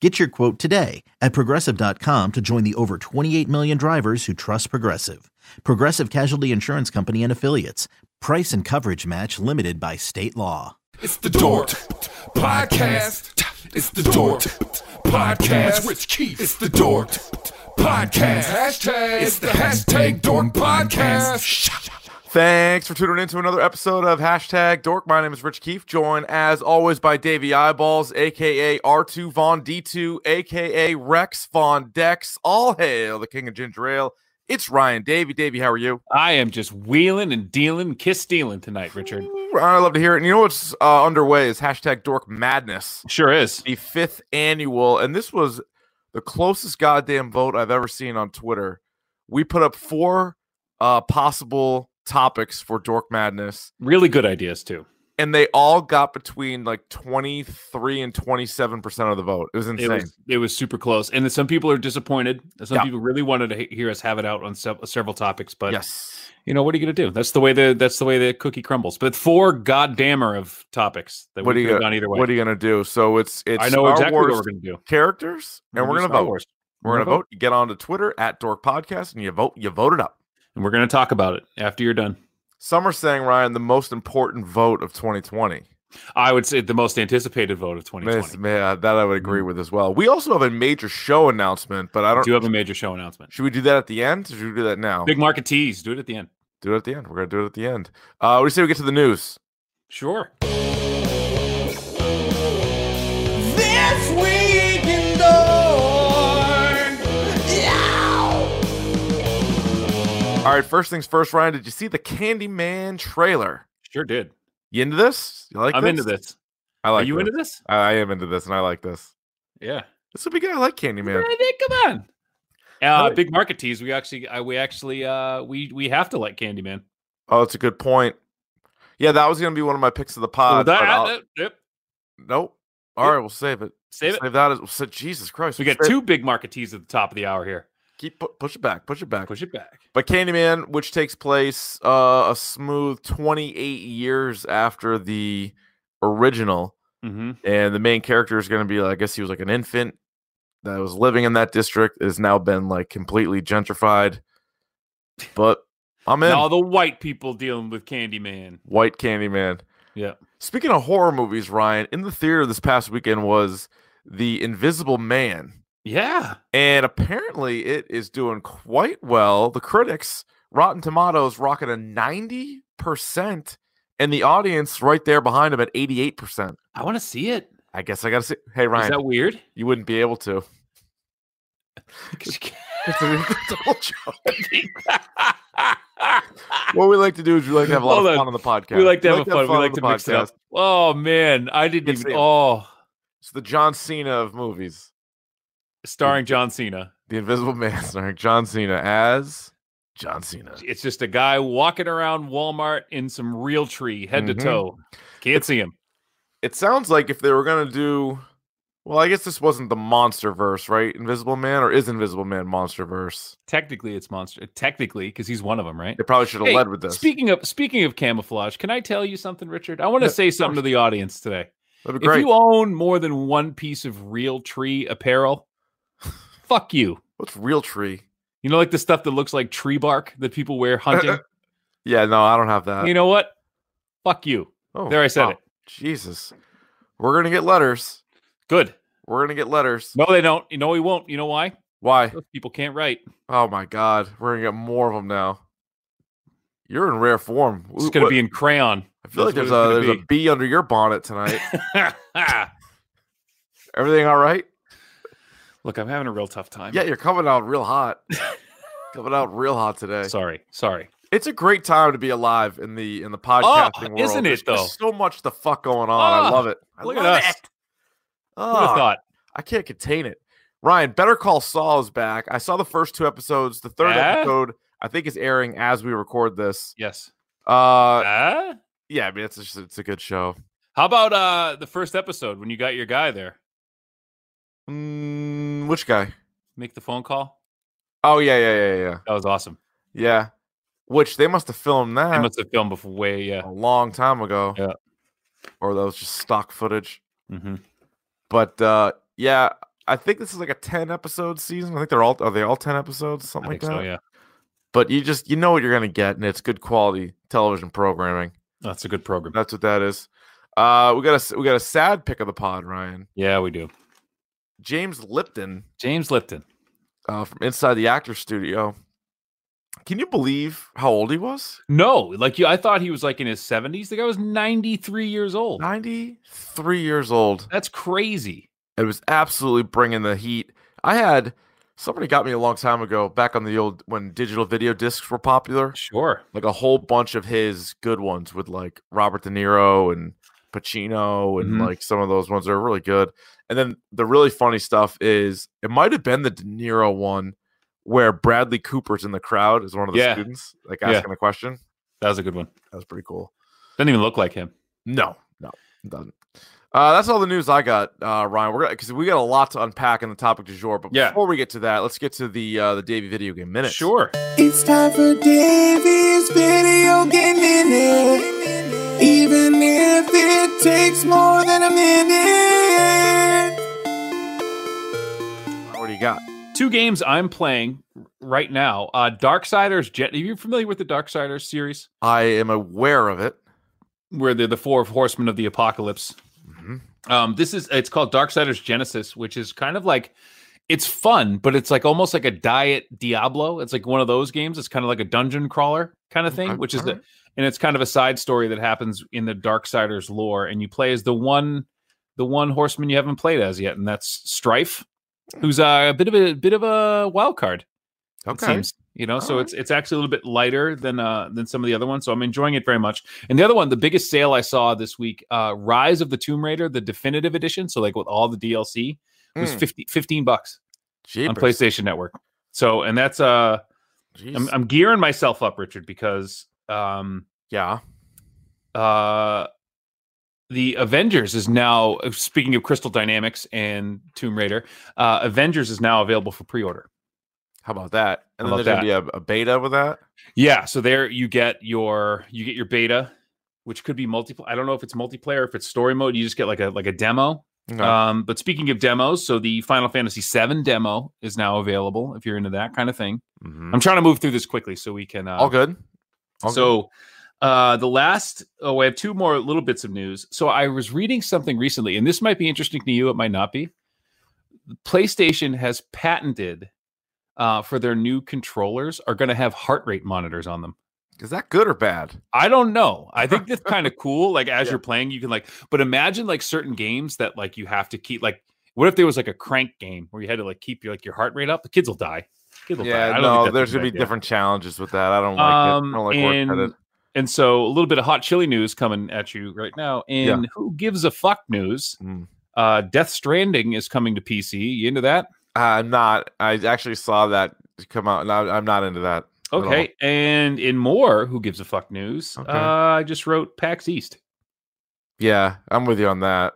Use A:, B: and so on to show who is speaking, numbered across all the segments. A: Get your quote today at progressive.com to join the over 28 million drivers who trust Progressive. Progressive Casualty Insurance Company and Affiliates. Price and coverage match limited by state law.
B: It's the Dork Podcast. It's the Dork Podcast. It's Rich Keith. It's the Dork Podcast. Hashtag. It's the hashtag Dork Podcast.
C: Thanks for tuning in to another episode of Hashtag Dork. My name is Rich Keefe, joined as always by Davey Eyeballs, aka R2 Von D2, aka Rex Von Dex. All hail the King of Ginger Ale. It's Ryan Davey. Davey, how are you?
D: I am just wheeling and dealing, kiss stealing tonight, Richard.
C: I love to hear it. And you know what's uh, underway is Hashtag Dork Madness,
D: Sure is.
C: the fifth annual. And this was the closest goddamn vote I've ever seen on Twitter. We put up four uh, possible topics for Dork Madness.
D: Really good ideas too.
C: and they all got between like 23 and 27 percent of the vote it was
D: It
C: insane
D: was it was super close, and then some people are disappointed. Some
C: Yeah.
D: people really wanted to he- hear us have it out on sev- several topics, but
C: yes
D: you know what are you going to do? That's the way the that's the way the cookie crumbles. But four goddammer of topics that
C: what are
D: we
C: you
D: could have
C: gonna,
D: gone either way.
C: what are you gonna do so it's it's
D: I know
C: Star
D: exactly
C: Wars
D: what we're going to do.
C: characters and we're
D: do
C: gonna
D: Star
C: vote
D: Wars.
C: we're gonna vote you get onto twitter at dork podcast and you vote you vote it up
D: and we're gonna talk about it after you're done.
C: some are saying ryan the most important vote of 2020
D: I would say the most anticipated vote of
C: Miss,
D: 2020.
C: man, that i would agree with as well we also have a major show announcement but i
D: I
C: don't
D: Mm-hmm. do have a major show announcement.
C: should we do that at the end or should we do that now
D: Big market tease. Do it at the end.
C: do it at the end we're gonna do it at the end uh what do you say we get to the news
D: Sure.
B: This week in Dork.
C: all right first things first ryan did you see the candyman trailer
D: Sure did.
C: You into this? You like
D: I'm
C: this?
D: into this.
C: I like
D: Are you
C: this.
D: into this?
C: I, I am into this and I like this.
D: Yeah.
C: This would be good. I like Candyman.
D: Really, Nick? Come on. Uh,
C: Alright.
D: big market tease. We actually, uh, we actually, uh, we we have to like Candyman.
C: Oh, that's a good point. Yeah, that was gonna be one of my picks of the
D: So
C: pod.
D: that-
C: but I'll-
D: uh, yep,
C: nope. All
D: yep.
C: right, we'll save it.
D: save it.
C: Save that as we'll sa- Jesus Christ.
D: We
C: we'll
D: got
C: save-
D: two big market teas at the top of the hour here.
C: Keep pu- push it back. Push it back.
D: Push it back.
C: But Candyman, which takes place uh, a smooth 28 years after the original,
D: Mm-hmm.
C: and the main character is going to be, I guess he was like an infant that was living in that district, has now been like completely gentrified. But I'm in.
D: And all the white people dealing with Candyman.
C: White Candyman.
D: Yeah.
C: Speaking of horror movies, Ryan, in the theater this past weekend was The Invisible Man.
D: Yeah.
C: And apparently it is doing quite well. The critics, Rotten Tomatoes, rocking a 90%, and the audience right there behind him at 88%.
D: I want to see it. Is
C: I guess I got to say, hey, Ryan,
D: that weird?
C: you wouldn't be able to. It's a, it's a whole joke. What we like to do is we like to have a lot
D: Hold
C: of
D: on.
C: fun on the podcast.
D: we like to have a fun.
C: on
D: We like
C: the
D: to mix it
C: podcast.
D: up. Oh man, I didn't
C: Good
D: even.
C: seeing you.
D: Oh,
C: It's the John Cena of movies.
D: starring John Cena.
C: The Invisible Man starring John Cena as John Cena.
D: It's just a guy walking around Walmart in some real tree, head
C: Mhm.
D: to toe. Can't see him.
C: It sounds like if they were gonna do, well, I guess this wasn't the Monster Verse, right? Invisible Man, or is Invisible Man Monster Verse?
D: Technically, it's monster. Technically, because he's one of them, right?
C: They probably should have
D: Hey,
C: led with this.
D: Speaking of speaking of camouflage, can I tell you something, Richard? I want to
C: Yeah,
D: say something to the audience today.
C: That'd be
D: If
C: great.
D: you own more than one piece of real tree apparel, fuck you.
C: What's real tree?
D: You know, like the stuff that looks like tree bark that people
C: Uh,
D: wear hunting.
C: Yeah, no, I don't have that.
D: you know what? Fuck you.
C: uh. oh,
D: there, I said
C: wow.
D: it.
C: Jesus, we're gonna get letters.
D: Good.
C: We're gonna get letters.
D: No, they don't. You know, he won't. You know why?
C: Why?
D: Those people can't write.
C: Oh my God, we're gonna get more of them now. You're in rare form.
D: It's going
C: Wh-
D: to
C: what-
D: be in crayon.
C: I feel like
D: that's
C: there's
D: what
C: a
D: it's
C: there's a
D: gonna
C: bee under your bonnet tonight.
D: Look,
C: Everything all right?
D: I'm having a real tough time.
C: Yeah, you're coming out real hot. coming out real hot today.
D: Sorry. Sorry.
C: It's a great time to be alive in the in the podcasting world.
D: Ah, isn't it,
C: There's just so much the fuck going on. I
D: Ah,
C: love it. I
D: Look at
C: love
D: us.
C: it.
D: Who'd have
C: Ah,
D: thought?
C: I can't contain it. Ryan, Better Call Saul is back. I saw the first two episodes. The third
D: Yeah?
C: episode, I think, is airing as we record this.
D: Yes.
C: Uh,
D: Ah?
C: yeah, I mean, it's just, it's a good show.
D: How about uh the first episode when you got your guy there?
C: Mm, which guy?
D: Make the phone call.
C: Oh yeah, yeah, yeah, yeah,
D: That was awesome.
C: yeah. Which they must have filmed
D: I
C: that
D: must have filmed before way. Yeah.
C: a long time ago.
D: Yeah.
C: Or that was just stock footage.
D: hmm
C: But uh, yeah, I think this is like a ten episode season. I think they're all are they all ten episodes,
D: I
C: something like
D: think
C: that.
D: so. Yeah.
C: But you just you know what you're gonna get, and it's good quality television programming.
D: That's a good program.
C: That's what that is. Uh, we got a s- we got a sad pick of the pod, Ryan
D: Yeah, we do.
C: James Lipton
D: James Lipton.
C: uh, from Inside the Actors Studio. Can you believe how old he was?
D: No, like you, I thought he was like in his seventies. The guy was ninety-three years old.
C: Ninety three years old.
D: That's crazy.
C: It was absolutely bringing the heat. I had somebody got me a long time ago, back on the old when digital video discs were popular.
D: Sure.
C: like a whole bunch of his good ones with like Robert De Niro and Pacino and
D: Mhm.
C: like some of those ones are really good. And then the really funny stuff is it might have been the De Niro one where Bradley Cooper's in the crowd as one of the
D: Yeah.
C: students, like
D: Yeah.
C: asking a question.
D: That was a good one.
C: That was pretty cool.
D: Doesn't even look like him.
C: No, no, it doesn't. Uh, that's all the news I got, uh, Ryan. We're because we got a lot to unpack in the topic du jour. But
D: Yeah.
C: before we get to that, let's get to the uh, the Davey video game minute.
D: Sure.
E: It's time for Davey's video game minute. Even if it takes more than a minute.
C: What do you got?
D: Two games I'm playing r- right now. Uh Darksiders Jet. Are you familiar with the Darksiders series?
C: I am aware of it.
D: Where they're the four horsemen of the apocalypse.
C: Mhm.
D: Um, this is it's called Darksiders Genesis, which is kind of like it's fun, but it's like almost like a diet Diablo. It's like one of those games. It's kind of like a dungeon crawler kind of thing,
C: Okay,
D: which is the
C: alright.
D: and it's kind of a side story that happens in the Darksiders lore, and you play as the one the one horseman you haven't played as yet, and that's Strife, who's uh, a bit of a bit of a wild card
C: Okay.
D: it seems you know so it's it's actually a little bit lighter than uh than some of the other ones so i'm enjoying it very much and the other one the biggest sale i saw this week uh rise of the tomb raider the definitive edition so like with all the dlc was
C: Mm.
D: 50, 15 bucks on
C: Jeepers.
D: playstation network so and that's uh I'm,
C: Jeez.
D: I'm gearing myself up richard because um
C: yeah.
D: uh the Avengers is now speaking of Crystal Dynamics and Tomb Raider. Uh, Avengers is now available for pre-order.
C: How about that? And
D: How
C: then
D: about
C: there's gonna be a, a beta with that.
D: Yeah, so there you get your you get your beta, which could be multiple. I don't know if it's multiplayer, if it's story mode. You just get like a like a demo.
C: Okay.
D: Um, but speaking of demos, so the Final Fantasy VII demo is now available if you're into that kind of thing.
C: Mhm.
D: I'm trying to move through this quickly so we can. Uh,
C: All good. All good.
D: so uh the last oh i have two more little bits of news so i was reading something recently and this might be interesting to you it might not be playstation has patented uh for their new controllers are going to have heart rate monitors on them
C: is that good or bad?
D: I don't know. I think that's kind of cool. Like as
C: Yeah.
D: you're playing, you can like, but imagine like certain games that like you have to keep like. What if there was like a crank game where you had to like keep your like your heart rate up? The kids will die. Kids will die. I
C: Yeah,
D: don't
C: no,
D: think that's
C: there's
D: a
C: gonna
D: good
C: be
D: idea.
C: different challenges with that. I don't like it. I don't like
D: and,
C: work credit.
D: and so a little bit of hot chili news coming at you right now.
C: Yeah.
D: And who gives a fuck news?
C: Mm.
D: Uh, Death Stranding is coming to PC. You into that?
C: I'm Uh, not. I actually saw that come out, and I, I'm not into that. at all.
D: Okay. And in more, who gives a fuck news?
C: Okay.
D: Uh, I just wrote PAX East.
C: Yeah, I'm with you on that.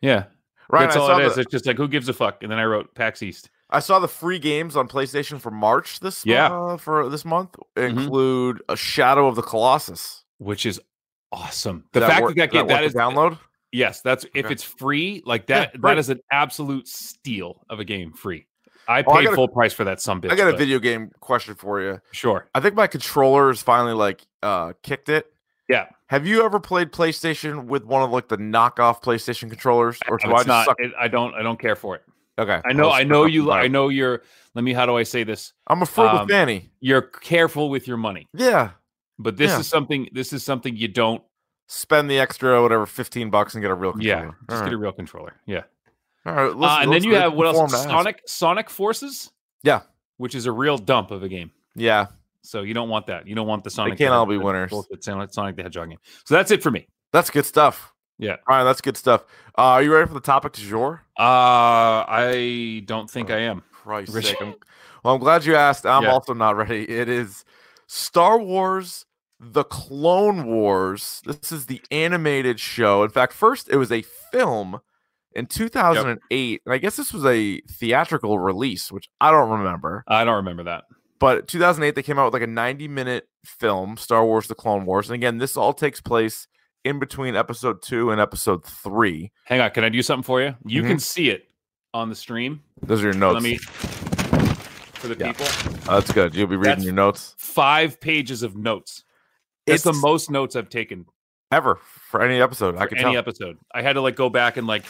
D: Yeah.
C: Right. I
D: That's
C: saw,
D: all it is.
C: the,
D: It's just like who gives a fuck? And then I wrote PAX East.
C: I saw the free games on PlayStation for March this
D: Yeah.
C: uh, for this month
D: Mhm.
C: include a Shadow of the Colossus.
D: which is awesome. The
C: Does
D: fact
C: work-
D: that that
C: does
D: game that
C: work
D: is
C: to download.
D: yes, that's if
C: Okay.
D: it's free, like
C: Yeah,
D: that
C: right.
D: that is an absolute steal of a game free. I
C: Oh, I
D: paid
C: got a-
D: full price for that some bitch.
C: I got a
D: but
C: video game question for you.
D: Sure.
C: I think my controller's finally like uh kicked it.
D: Yeah.
C: Have you ever played PlayStation with one of like the knockoff PlayStation controllers, or do I
D: it's
C: just
D: not,
C: suck?
D: it- I don't I don't care for it.
C: Okay,
D: I know
C: was
D: I know
C: fucking
D: you li- I
C: tired.
D: know you're let me how do I say this?
C: I'm a frugal
D: um,
C: fanny.
D: You're careful with your money.
C: Yeah,
D: But this
C: Yeah.
D: is something this is something you don't
C: spend the extra whatever fifteen bucks and get a real
D: yeah,
C: controller.
D: just
C: All
D: get a
C: right.
D: real controller. Yeah.
C: All right, listen,
D: Uh, and then
C: let's-
D: you
C: let's
D: have what else?
C: inform to ask.
D: Sonic Sonic Forces?
C: Yeah.
D: Which is a real dump of a game.
C: Yeah,
D: So you don't want that. You don't want the Sonic.
C: can't
D: the-
C: all be
D: the
C: winners.
D: bullshit Sonic Sonic the Hedgehog game. So that's it for me.
C: that's good stuff.
D: Yeah.
C: all right, that's good stuff. Uh, are you ready for the topic du jour?
D: Uh, I don't think I am.
C: Christ's
D: Rich-
C: sake. I'm, well, I'm glad you asked. I'm
D: Yeah.
C: also not ready. It is Star Wars The Clone Wars. This is the animated show. In fact, first it was a film in 2008, and I guess this was a theatrical release, which I don't remember.
D: I don't remember that.
C: But 2008, they came out with like a 90 minute film, Star Wars: The Clone Wars, and again, this all takes place in between Episode Two and Episode Three.
D: Hang on, can I do something for you? You
C: Mhm.
D: can see it on the stream.
C: Those are your notes.
D: Let me for the
C: Yeah.
D: people.
C: Oh, that's good. You'll be reading
D: That's-
C: your notes.
D: Five pages of notes. It's the most notes I've taken
C: ever for any episode. I
D: for
C: can
D: any
C: tell.
D: episode. I had to like go back and like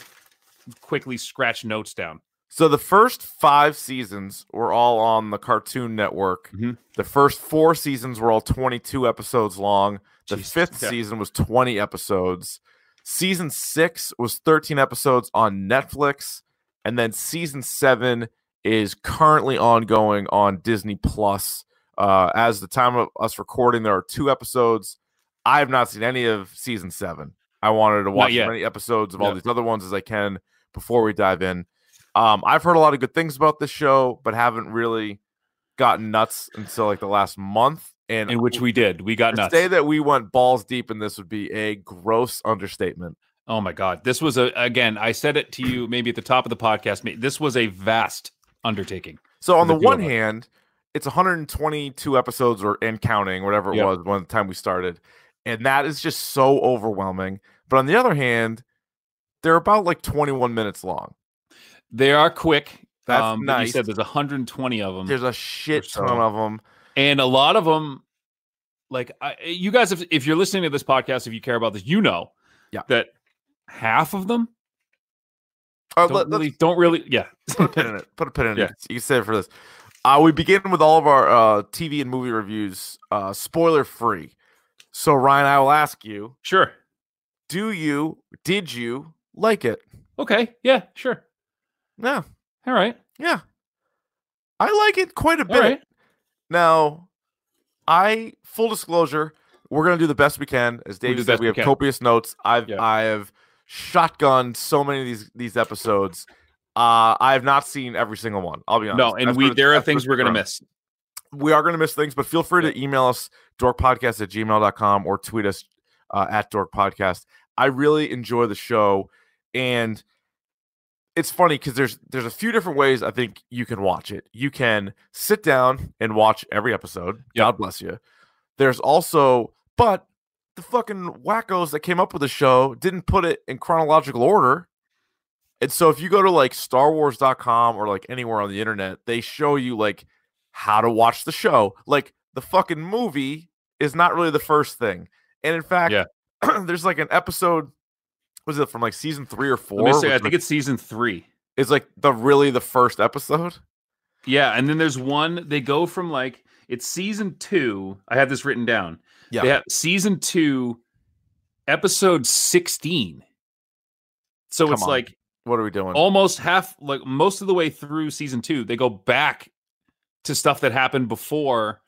D: quickly scratch notes down.
C: So the first five seasons were all on the Cartoon Network.
D: Mhm.
C: The first four seasons were all 22 episodes long. The
D: Jeez,
C: fifth
D: okay.
C: season was 20 episodes. Season six was 13 episodes on Netflix. And then season seven is currently ongoing on Disney Plus. Uh, as the time of us recording, there are two episodes. I have not seen any of season seven. I wanted to watch as
D: yet.
C: many episodes of all
D: No.
C: these other ones as I can before we dive in. Um, I've heard a lot of good things about this show, but haven't really gotten nuts until like the last month. And oh.
D: In which we did. We got
C: to
D: nuts.
C: say that we went balls deep in this would be a gross understatement.
D: Oh my god. This was a again, I said it to you maybe at the top of the podcast. ma- This was a vast undertaking.
C: So on
D: The
C: the,
D: two of
C: one
D: us.
C: hand, it's 122 episodes or and counting, whatever it
D: Yeah.
C: was when the time we started, and that is just so overwhelming. But on the other hand, they're about like 21 minutes long.
D: They are quick. um,
C: That's
D: but
C: nice.
D: You said there's 120 of them.
C: There's a shit
D: so.
C: ton of them.
D: and a lot of them like I, you guys if, if you're listening to this podcast if you care about this you know
C: Yeah.
D: that half of them
C: Uh,
D: don't,
C: let- let's-
D: really, don't really yeah
C: put a pin in it. Put a pin in
D: Yeah.
C: it. You can save it for this. Uh, we begin with all of our uh, TV and movie reviews, uh, spoiler free. So Ryan, I will ask you:
D: sure
C: Do you, did you like it?
D: okay yeah sure
C: No,
D: all right
C: yeah, I like it quite a
D: all
C: bit.
D: right
C: Now, I full disclosure, we're gonna do the best we can. As
D: We'll do
C: Dave
D: the
C: said,
D: best
C: we
D: we
C: have
D: can.
C: copious notes. I've
D: Yeah.
C: I have shotgunned so many of these these episodes. Uh, I have not seen every single one. I'll be honest.
D: no and
C: That's
D: we
C: what it-
D: there are
C: that's what
D: things
C: it's
D: we're gonna
C: from.
D: miss
C: we are going to miss things, but feel free to email us dorkpodcast at gmail.com or tweet us uh, at dorkpodcast. I really enjoy the show. And it's funny because there's there's a few different ways I think you can watch it. You can sit down and watch every episode.
D: Yep.
C: God bless you. There's also, but the fucking wackos that came up with the show didn't put it in chronological order. And so if you go to like starwars.com or like anywhere on the internet, they show you like how to watch the show. Like the fucking movie is not really the first thing. And in fact,
D: Yeah.
C: there's like an episode was it from like season 3 or 4?
D: Let me say, i
C: which,
D: think
C: like,
D: it's season three
C: is like the really the first episode.
D: yeah and then there's one they go from like it's season two i have this written down
C: Yeah.
D: they have season two episode 16 so
C: Come
D: it's
C: on.
D: like
C: What are we doing?
D: almost half like most of the way through season two they go back to stuff that happened before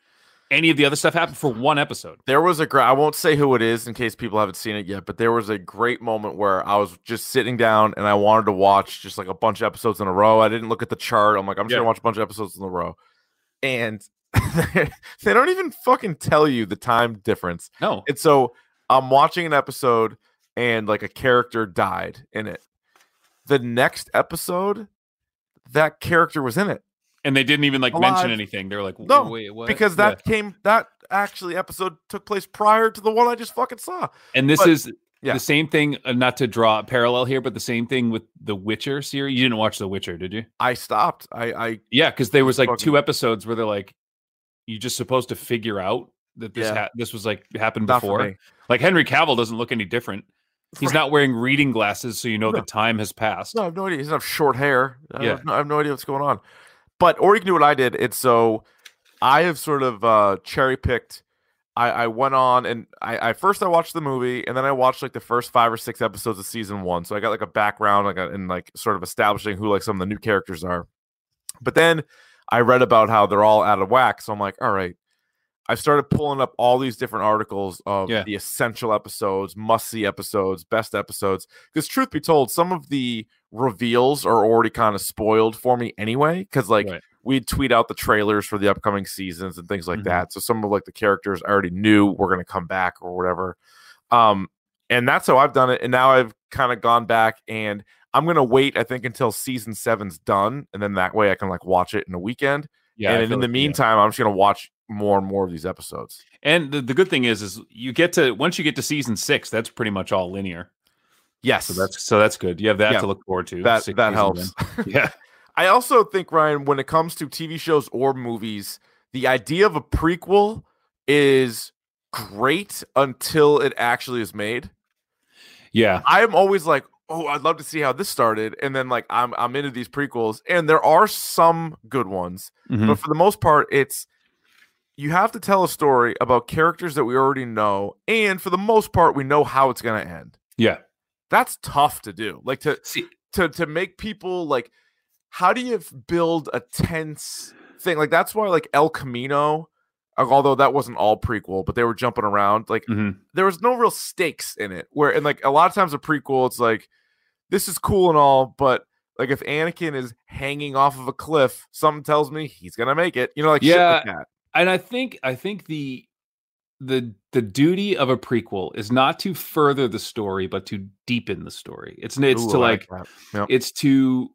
D: any of the other stuff happened for one episode
C: there was a great i won't say who it is in case people haven't seen it yet but there was a great moment where i was just sitting down and i wanted to watch just like a bunch of episodes in a row i didn't look at the chart i'm like i'm just
D: Yeah.
C: gonna watch a bunch of episodes in a row and they don't even fucking tell you the time difference
D: no
C: and so I'm watching an episode and like a character died in it. The next episode, that character was in it
D: and they didn't even like mention
C: Alive.
D: anything they were like
C: No,
D: wait what
C: because
D: Yeah.
C: that came that actually episode took place prior to the one I just fucking saw.
D: and this
C: but-
D: is
C: yeah.
D: the same thing uh, not to draw a parallel here but the same thing with the witcher series you didn't watch the witcher did you
C: I stopped. I I
D: yeah because there was like
C: Fucking-
D: two episodes where they're like you're just supposed to figure out that this
C: Yeah.
D: ha- this was like happened
C: not for
D: before
C: me.
D: like henry cavill doesn't look any different he's
C: Right.
D: not wearing reading glasses so you know
C: No.
D: the time has passed
C: No, I have no idea. He doesn't have short hair. I,
D: Yeah.
C: have no, I have no idea what's going on. But or you can do what I did. And so I have sort of uh cherry picked. I, I went on and I, I first I watched the movie and then I watched like the first five or six episodes of season one. So I got like a background like a, and like sort of establishing who like some of the new characters are. But then I read about how they're all out of whack. So I'm like, all right. I started pulling up all these different articles of
D: Yeah.
C: the essential episodes, must see episodes, best episodes. Because truth be told, some of the reveals are already kind of spoiled for me anyway. Because like
D: Right.
C: we'd tweet out the trailers for the upcoming seasons and things like
D: Mm-hmm.
C: that. So some of like the characters I already knew were going to come back or whatever. Um, and that's how I've done it. And now I've kind of gone back and I'm going to wait, I think, until season seven's done. And then that way I can like watch it in a weekend.
D: Yeah, I
C: and
D: feel
C: in the
D: like- yeah.
C: meantime, I'm just going to watch more and more of these episodes.
D: and the, the good thing is, is you get to once you get to season six, that's pretty much all linear.
C: Yes.
D: So that's so that's good. You have that
C: Yeah.
D: to look forward to.
C: that
D: Six
C: that
D: seasons
C: helps.
D: in. Yeah,
C: I also think Ryan, when it comes to TV shows or movies, the idea of a prequel is great until it actually is made.
D: yeah.
C: I'm always like, oh, I'd love to see how this started, and then like I'm I'm into these prequels, and there are some good ones,
D: Mhm.
C: but for the most part, it's you have to tell a story about characters that we already know, and for the most part, we know how it's going to end.
D: Yeah.
C: That's tough to do. Like to
D: See,
C: to to make people like how do you f- build a tense thing like that's why like el camino uh, although that wasn't all prequel but they were jumping around like
D: Mhm.
C: there was no real stakes in it where and like a lot of times a prequel it's like this is cool and all but like if anakin is hanging off of a cliff something tells me he's gonna make it you know like shit like that.
D: and I think I think the the the duty of a prequel is not to further the story, but to deepen the story. It's it's
C: Ooh,
D: to
C: I
D: like
C: that.
D: it's to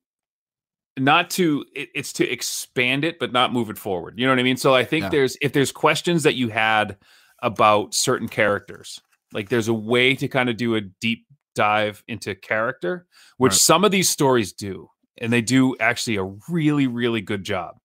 D: not to it, it's to expand it but not move it forward you know what i mean so i think
A: Yeah.
D: there's if there's questions that you had about certain characters like there's a way to kind of do a deep dive into character which
A: Right.
D: some of these stories do and they do actually a really really good job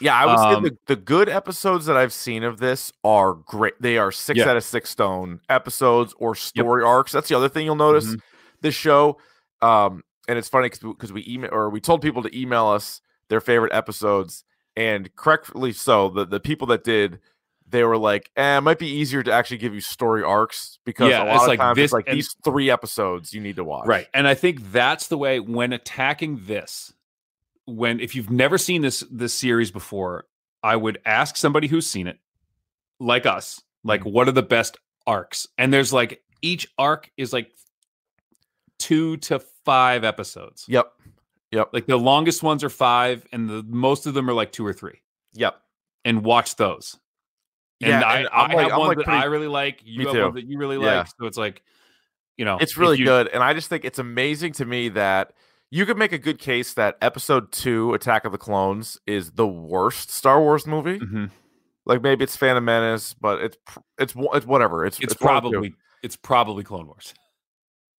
C: Yeah, I would
D: Um,
C: say the, the good episodes that I've seen of this are great. They are six
D: Yeah.
C: out of six stone episodes or story arcs. That's the other thing you'll notice
D: Mm-hmm.
C: this show. Um, and it's funny because we email or we told people to email us their favorite episodes, and correctly so, the, the people that did, they were like, eh, it might be easier to actually give you story arcs because
D: Yeah,
C: a
D: it's
C: lot of
D: like
C: times
D: this
C: it's like
D: and-
C: these three episodes you need to watch.
D: Right. And I think that's the way when attacking this, when if you've never seen this this series before, I would ask somebody who's seen it, like us, like
C: Mm-hmm.
D: what are the best arcs? And there's like each arc is like two to five episodes.
C: Yep.
D: Like the longest ones are five, and the most of them are like two or three.
C: Yep.
D: And watch those. And
C: Yeah,
D: I,
C: and
D: I
C: I'm like-
D: have
C: I'm
D: ones
C: like
D: that
C: pretty-
D: I really like. You
C: Me
D: have
C: too.
D: ones that you really
C: Yeah.
D: like. So it's like, you know,
C: It's
D: Oh, if
C: really
D: you-
C: good. And I just think it's amazing to me that you could make a good case that episode two, Attack of the Clones, is the worst Star Wars movie.
D: Mhm.
C: Like maybe it's Phantom Menace, but it's pr- it's wo- it's whatever. It's
D: it's
C: one of the two.
D: probably it's probably Clone Wars.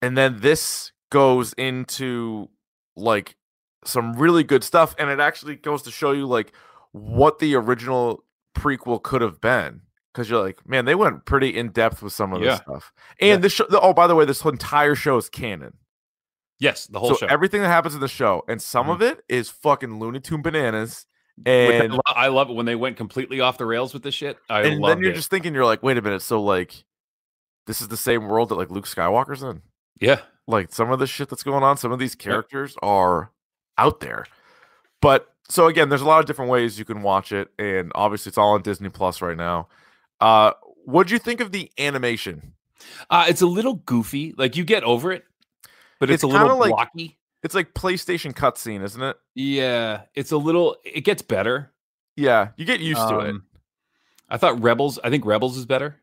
C: And then this goes into like some really good stuff, and it actually goes to show you like what the original prequel could have been. Because you're like, man, they went pretty in depth with some of
D: Yeah.
C: this stuff. And this show, oh, by the way, this entire show is canon.
D: Yes, the whole
C: so
D: show.
C: everything that happens in the show, and some
D: Mhm.
C: of it is fucking Looney Tune bananas.
D: Which I,
C: And
D: lo- I love it when they went completely off the rails with this shit. I
C: and
D: love
C: then
D: it.
C: you're just thinking, you're like, wait a minute, so like, this is the same world that like Luke Skywalker's in.
D: yeah,
C: Like some of the shit that's going on, some of these characters are out there. But so again, there's a lot of different ways you can watch it, and obviously it's all on Disney Plus right now. Uh, what'd you think of the animation?
D: uh, it's a little goofy. Like you get over it, but it's,
C: It's
D: a little
C: kinda like-
D: blocky.
C: It's like PlayStation cutscene, isn't it?
D: Yeah, it's a little. It gets better.
C: Yeah, you get used to it.
D: Um, I thought Rebels. I think Rebels is better.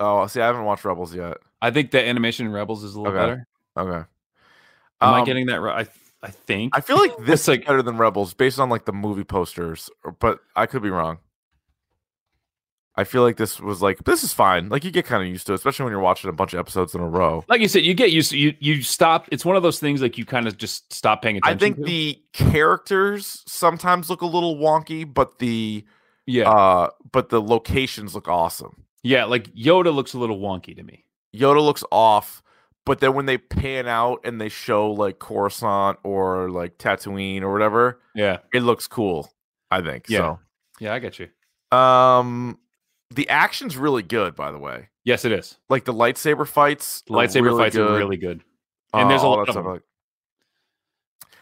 C: Oh, see, I haven't watched Rebels yet.
D: I think the animation in Rebels is a little
C: Okay.
D: better.
C: Okay.
D: Am I
C: Um,
D: getting that right? I th- I think.
C: I feel like this
D: It's
C: is
D: like-
C: better than Rebels based on like the movie posters, or- but I could be wrong. I feel like this was like this is fine. Like you get kind of used to, it, especially when you're watching a bunch of episodes in a row.
D: like you said, you get used to you. You stop. It's one of those things like you kind of just stop paying
C: I
D: attention.
C: think
D: to.
C: the characters sometimes look a little wonky, but the
D: yeah
C: uh but the locations look awesome.
D: yeah like Yoda looks a little wonky to me.
C: Yoda looks off, but then when they pan out and they show like Coruscant or like Tatooine or whatever,
D: Yeah
C: it looks cool. I think
D: Yeah.
C: so.
D: yeah I get you.
C: Um, the action's really good, by the way.
D: Yes, it is.
C: Like the lightsaber fights,
D: The
C: are
D: lightsaber
C: really
D: fights
C: good. Oh,
D: are really good. and there's a
C: all
D: lot
C: that
D: of
C: stuff,
D: them.
C: like-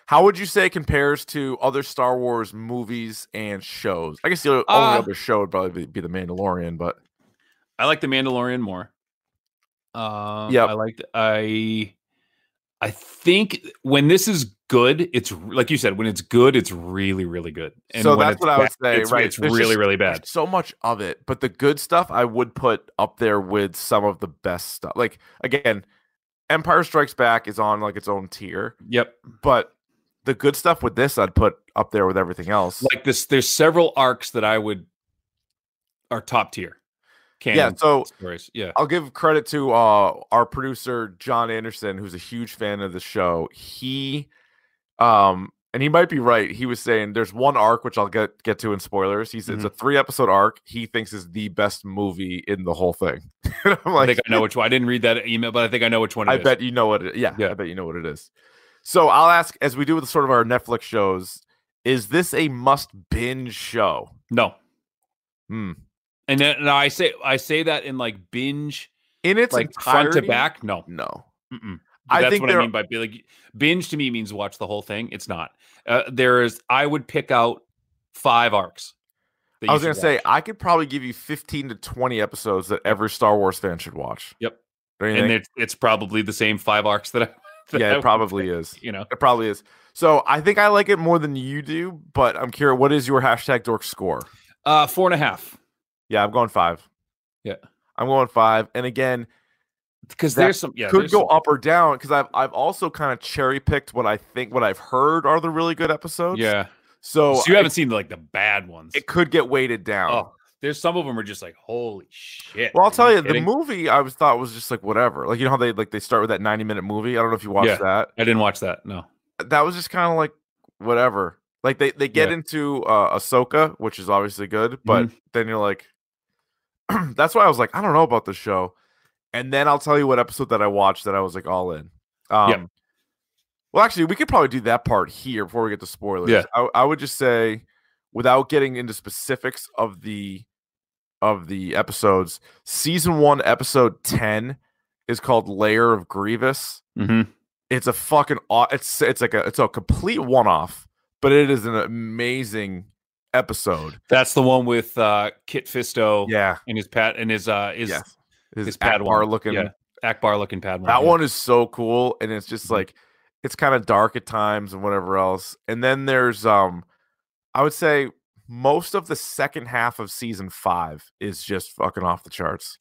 C: how would you say it compares to other Star Wars movies and shows? I guess the only
D: Uh,
C: other show would probably be, be The Mandalorian, but
D: I like the Mandalorian more. Um,
C: Yep.
D: I liked. I I think when this is good, it's r- like you said, when it's good, it's really, really good.
C: So
D: when
C: that's
D: it's
C: what I would
D: bad,
C: say,
D: it's,
C: right,
D: It's
C: there's
D: really,
C: just-
D: really
C: There's
D: bad.
C: so much of it, but the good stuff I would put up there with some of the best stuff. Like again, Empire Strikes Back is on like its own tier,
D: Yep.
C: but the good stuff with this I'd put up there with everything else.
D: Like this, there's several arcs that I would are top tier. Canon
C: yeah, so
D: stories. Yeah.
C: I'll give credit to uh, our producer John Anderson, who's a huge fan of the show. He, um, and he might be right. He was saying there's one arc which I'll get get to in spoilers. He's
D: Mm-hmm.
C: it's a three episode arc. He thinks is the best movie in the whole thing. And
D: I
C: I'm like,
D: think I know which one. I didn't read that email, but I think I know which one. it
C: I
D: is.
C: bet you know what it. Yeah,
D: Yeah.
C: I bet you know what it is. So I'll ask, as we do with sort of our Netflix shows, is this a must binge show?
D: no.
C: Hmm.
D: And then and I say I say that in like binge,
C: In its
D: like front
C: entirety,
D: to back. No,
C: No,
D: Mm-mm.
C: I
D: that's
C: think
D: what I
C: there-
D: mean by bi- like binge to me means watch the whole thing. It's not. Uh, there is. I would pick out five arcs. that
C: I
D: you
C: was
D: should
C: gonna say
D: watch.
C: I could probably give you fifteen to twenty episodes that every Star Wars fan should watch.
D: Yep.
C: Don't you
D: and
C: think?
D: it's, it's probably the same five arcs that I. that I
C: yeah, it
D: would
C: probably
D: pick,
C: is.
D: You know,
C: It probably is. So I think I like it more than you do, but I'm curious. What is your hashtag dork score?
D: uh, four and a half.
C: Yeah, I'm going five.
D: Yeah.
C: I'm going five. And again,
D: Because
C: That
D: there's some. Yeah,
C: could
D: there's
C: go
D: some-
C: up or down because I've I've also kind of cherry picked what I think what I've heard are the really good episodes.
D: Yeah.
C: So,
D: so you
C: I-
D: haven't seen like the bad ones.
C: it could get weighted down.
D: oh, there's some of them are just like holy shit.
C: Well, I'll
D: are
C: tell you, the
D: kidding?
C: movie I was thought was just like whatever. Like you know how they like they start with that 90 minute movie. I don't know if you watched
D: Yeah.
C: that.
D: I didn't watch that. No.
C: that was just kind of like whatever. Like they they get
D: Yeah. Mm-hmm.
C: into uh, Ahsoka, which is obviously good, but then you're like, that's why I was like, I don't know about this show. And then I'll tell you what episode that I watched that I was like all in. Um, Well, actually, we could probably do that part here before we get to spoilers.
D: Yeah.
C: I, I would just say, without getting into specifics of the of the episodes, season one, episode ten is called "Layer of Grievous."
D: Mm-hmm.
C: it's a fucking aw- it's it's like a it's a complete one off, but it is an amazing episode.
D: That's the one with uh, Kit Fisto.
C: Yeah,
D: And his pat and his uh his
C: yes, his,
D: his Padawan.
C: Akbar looking.
D: yeah, Akbar looking Padawan.
C: That
D: yeah.
C: one is so cool, and it's just
D: Mhm.
C: like it's kind of dark at times and whatever else. And then there's um, I would say most of the second half of season five is just fucking off the charts.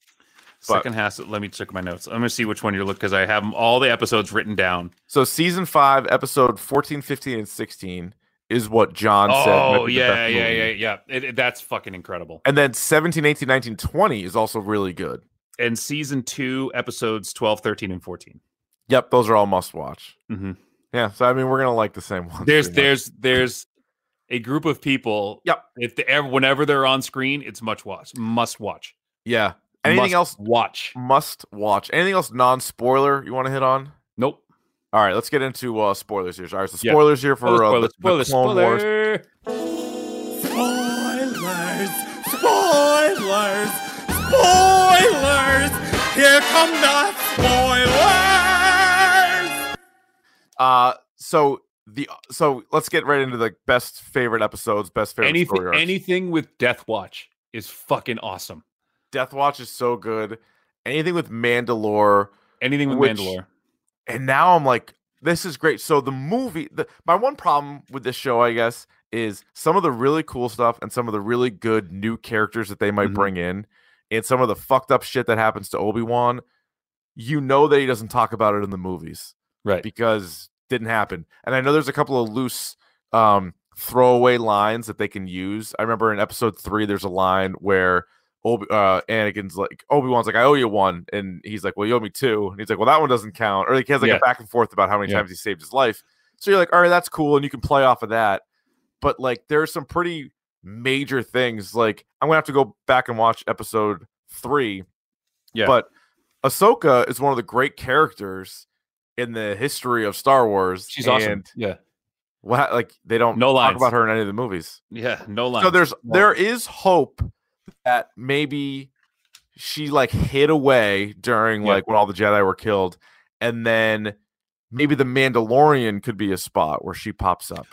C: but-
D: Second half. Let me check my notes. I'm gonna see which one you're looking because I have 'em- all the episodes written down.
C: So season five, episode 14, 15, and sixteen is what John said. might
D: oh
C: be the best
D: yeah, yeah,
C: movie.
D: yeah, yeah, It- it- that's fucking incredible.
C: And then 17, 18, 19, 20 is also really good.
D: And season two, episodes 12, 13, and 14.
C: Yep, those are all must watch.
D: Mhm.
C: Yeah, so I mean, we're gonna like the same ones.
D: There's
C: pretty much.
D: there's there's a group of people.
C: Yep.
D: If they ever whenever they're on screen, it's much watch, must watch.
C: yeah. Anything
D: Must
C: else
D: Watch.
C: must watch? Anything else non spoiler you want to hit on?
D: Nope.
C: All right, let's get into uh, spoilers here. All right, so
D: Yeah.
C: spoilers here for
D: Spoiler,
C: uh, the,
D: spoiler,
C: the Clone
D: spoiler,
C: Wars.
D: spoiler.
E: Spoilers! Spoilers! Spoilers! Here come the spoilers!
C: Uh, so the so let's get right into the best favorite episodes, best favorite story
D: Anything
C: arcs.
D: anything with Death Watch is fucking awesome.
C: Death Watch is so good. Anything with Mandalore,
D: Anything with
C: Which-
D: Mandalore.
C: and now I'm like, this is great. So the movie, the, my one problem with this show, I guess, is some of the really cool stuff and some of the really good new characters that they might
D: Mhm.
C: bring in, and some of the fucked up shit that happens to Obi Wan. You know that he doesn't talk about it in the movies
D: Right.
C: because didn't happen. And I know there's a couple of loose um, throwaway lines that they can use. I remember in episode three, there's a line where Obi- uh, Anakin's like, Obi Wan's like, I owe you one. And he's like, Well, you owe me two. And he's like, Well, that one doesn't count. Or like, he has like
D: Yeah.
C: a back and forth about how many
D: Yeah.
C: times he saved his life. So you're like, All right, that's cool. And you can play off of that. But like, there are some pretty major things. Like, I'm going to have to go back and watch episode three.
D: Yeah.
C: But Ahsoka is one of the great characters in the history of Star Wars.
D: She's awesome.
C: And
D: yeah.
C: what, like they don't
D: No
C: talk
D: lines.
C: about her in any of the movies.
D: Yeah. No line.
C: So there's there is hope that maybe she like hid away during
D: Yeah.
C: like when all the Jedi were killed, and then maybe the Mandalorian could be a spot where she pops up.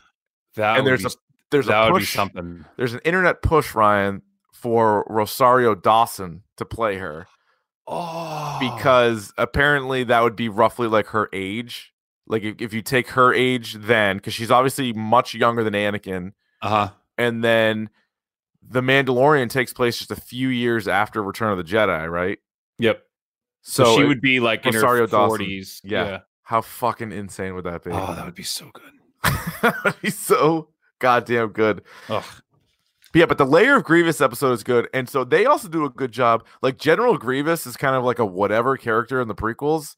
D: that
C: and
D: would
C: there's
D: be,
C: a there's
D: that
C: a
D: would be
C: push.
D: something.
C: There's an internet push, Ryan, for Rosario Dawson to play her
D: Oh, Ah.
C: because apparently that would be roughly like her age. Like if, if you take her age then, because she's obviously much younger than Anakin,
D: Uh huh.
C: and then the Mandalorian takes place just a few years after Return of the Jedi, right?
D: Yep.
C: So,
D: So, she
C: it-
D: would be like in
C: Rosario
D: her
C: Dawson.
D: forties.
C: Yeah. How fucking insane would that be?
D: Oh, that would be so good.
C: He's so goddamn good.
D: Ugh.
C: But yeah, but the Layer of Grievous episode is good, and so they also do a good job. Like General Grievous is kind of like a whatever character in the prequels.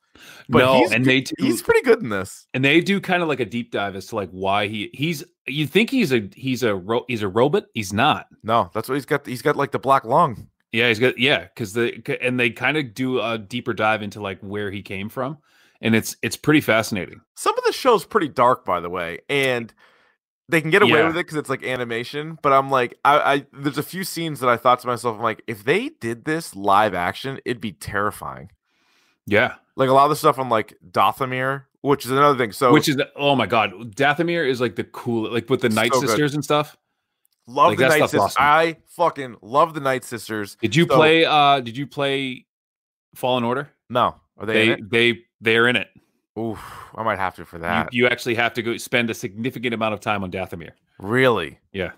C: But
D: no,
C: he's
D: and
C: good-
D: they do,
C: He's pretty good in this.
D: and they do kind of like a deep dive as to like why he he's you think he's a he's a ro- he's a robot he's not
C: No, that's what he's got. He's got like the black lung.
D: yeah he's got yeah because the c- and they kind of do a deeper dive into like where he came from and it's it's pretty fascinating
C: Some of the show's pretty dark, by the way, and they can get away
D: Yeah.
C: with it because it's like animation. But I'm like, I, I there's a few scenes that I thought to myself, I'm like, if they did this live action, it'd be terrifying.
D: yeah
C: Like a lot of the stuff on like Dothamir, which is another thing. So
D: which is the- oh my god dathomir is like the cool like with the night
C: So good.
D: sisters and stuff
C: love
D: like,
C: the
D: that
C: Night
D: stuff's
C: Sisters.
D: awesome.
C: I fucking love the Night Sisters.
D: did you
C: So-
D: play uh did you play fallen order
C: No, are they? in
D: they
C: it?
D: they they're in it
C: Oof, I might have to for
D: you,
C: that.
D: you actually have to go spend a significant amount of time on dathomir
C: Really?
D: Yeah.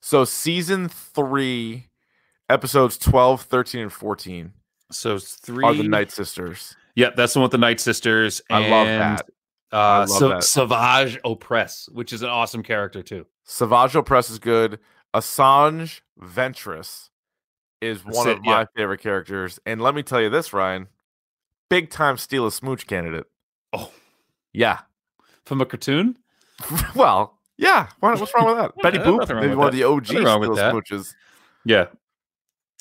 C: So season three, episodes 12, 13, and 14
D: so it's three
C: are the Night Sisters.
D: Yeah, that's the one with the Night Sisters.
C: I love that.
D: Uh,
C: I love
D: Sa-
C: that.
D: Savage Opress, which is an awesome character too.
C: Savage Press is good. Assange Ventress is
D: That's
C: one
D: it,
C: of
D: yeah.
C: my favorite characters. And let me tell you this, Ryan. Big time steal a smooch candidate.
D: Oh,
C: Yeah.
D: from a cartoon.
C: well, yeah. Why, what's wrong with that?
D: Yeah,
C: Betty
D: there's
C: Boop,
D: nothing wrong
C: maybe
D: with
C: one of
D: that.
C: the OG
D: Nothing wrong with
C: steal
D: that.
C: smooches.
D: Yeah.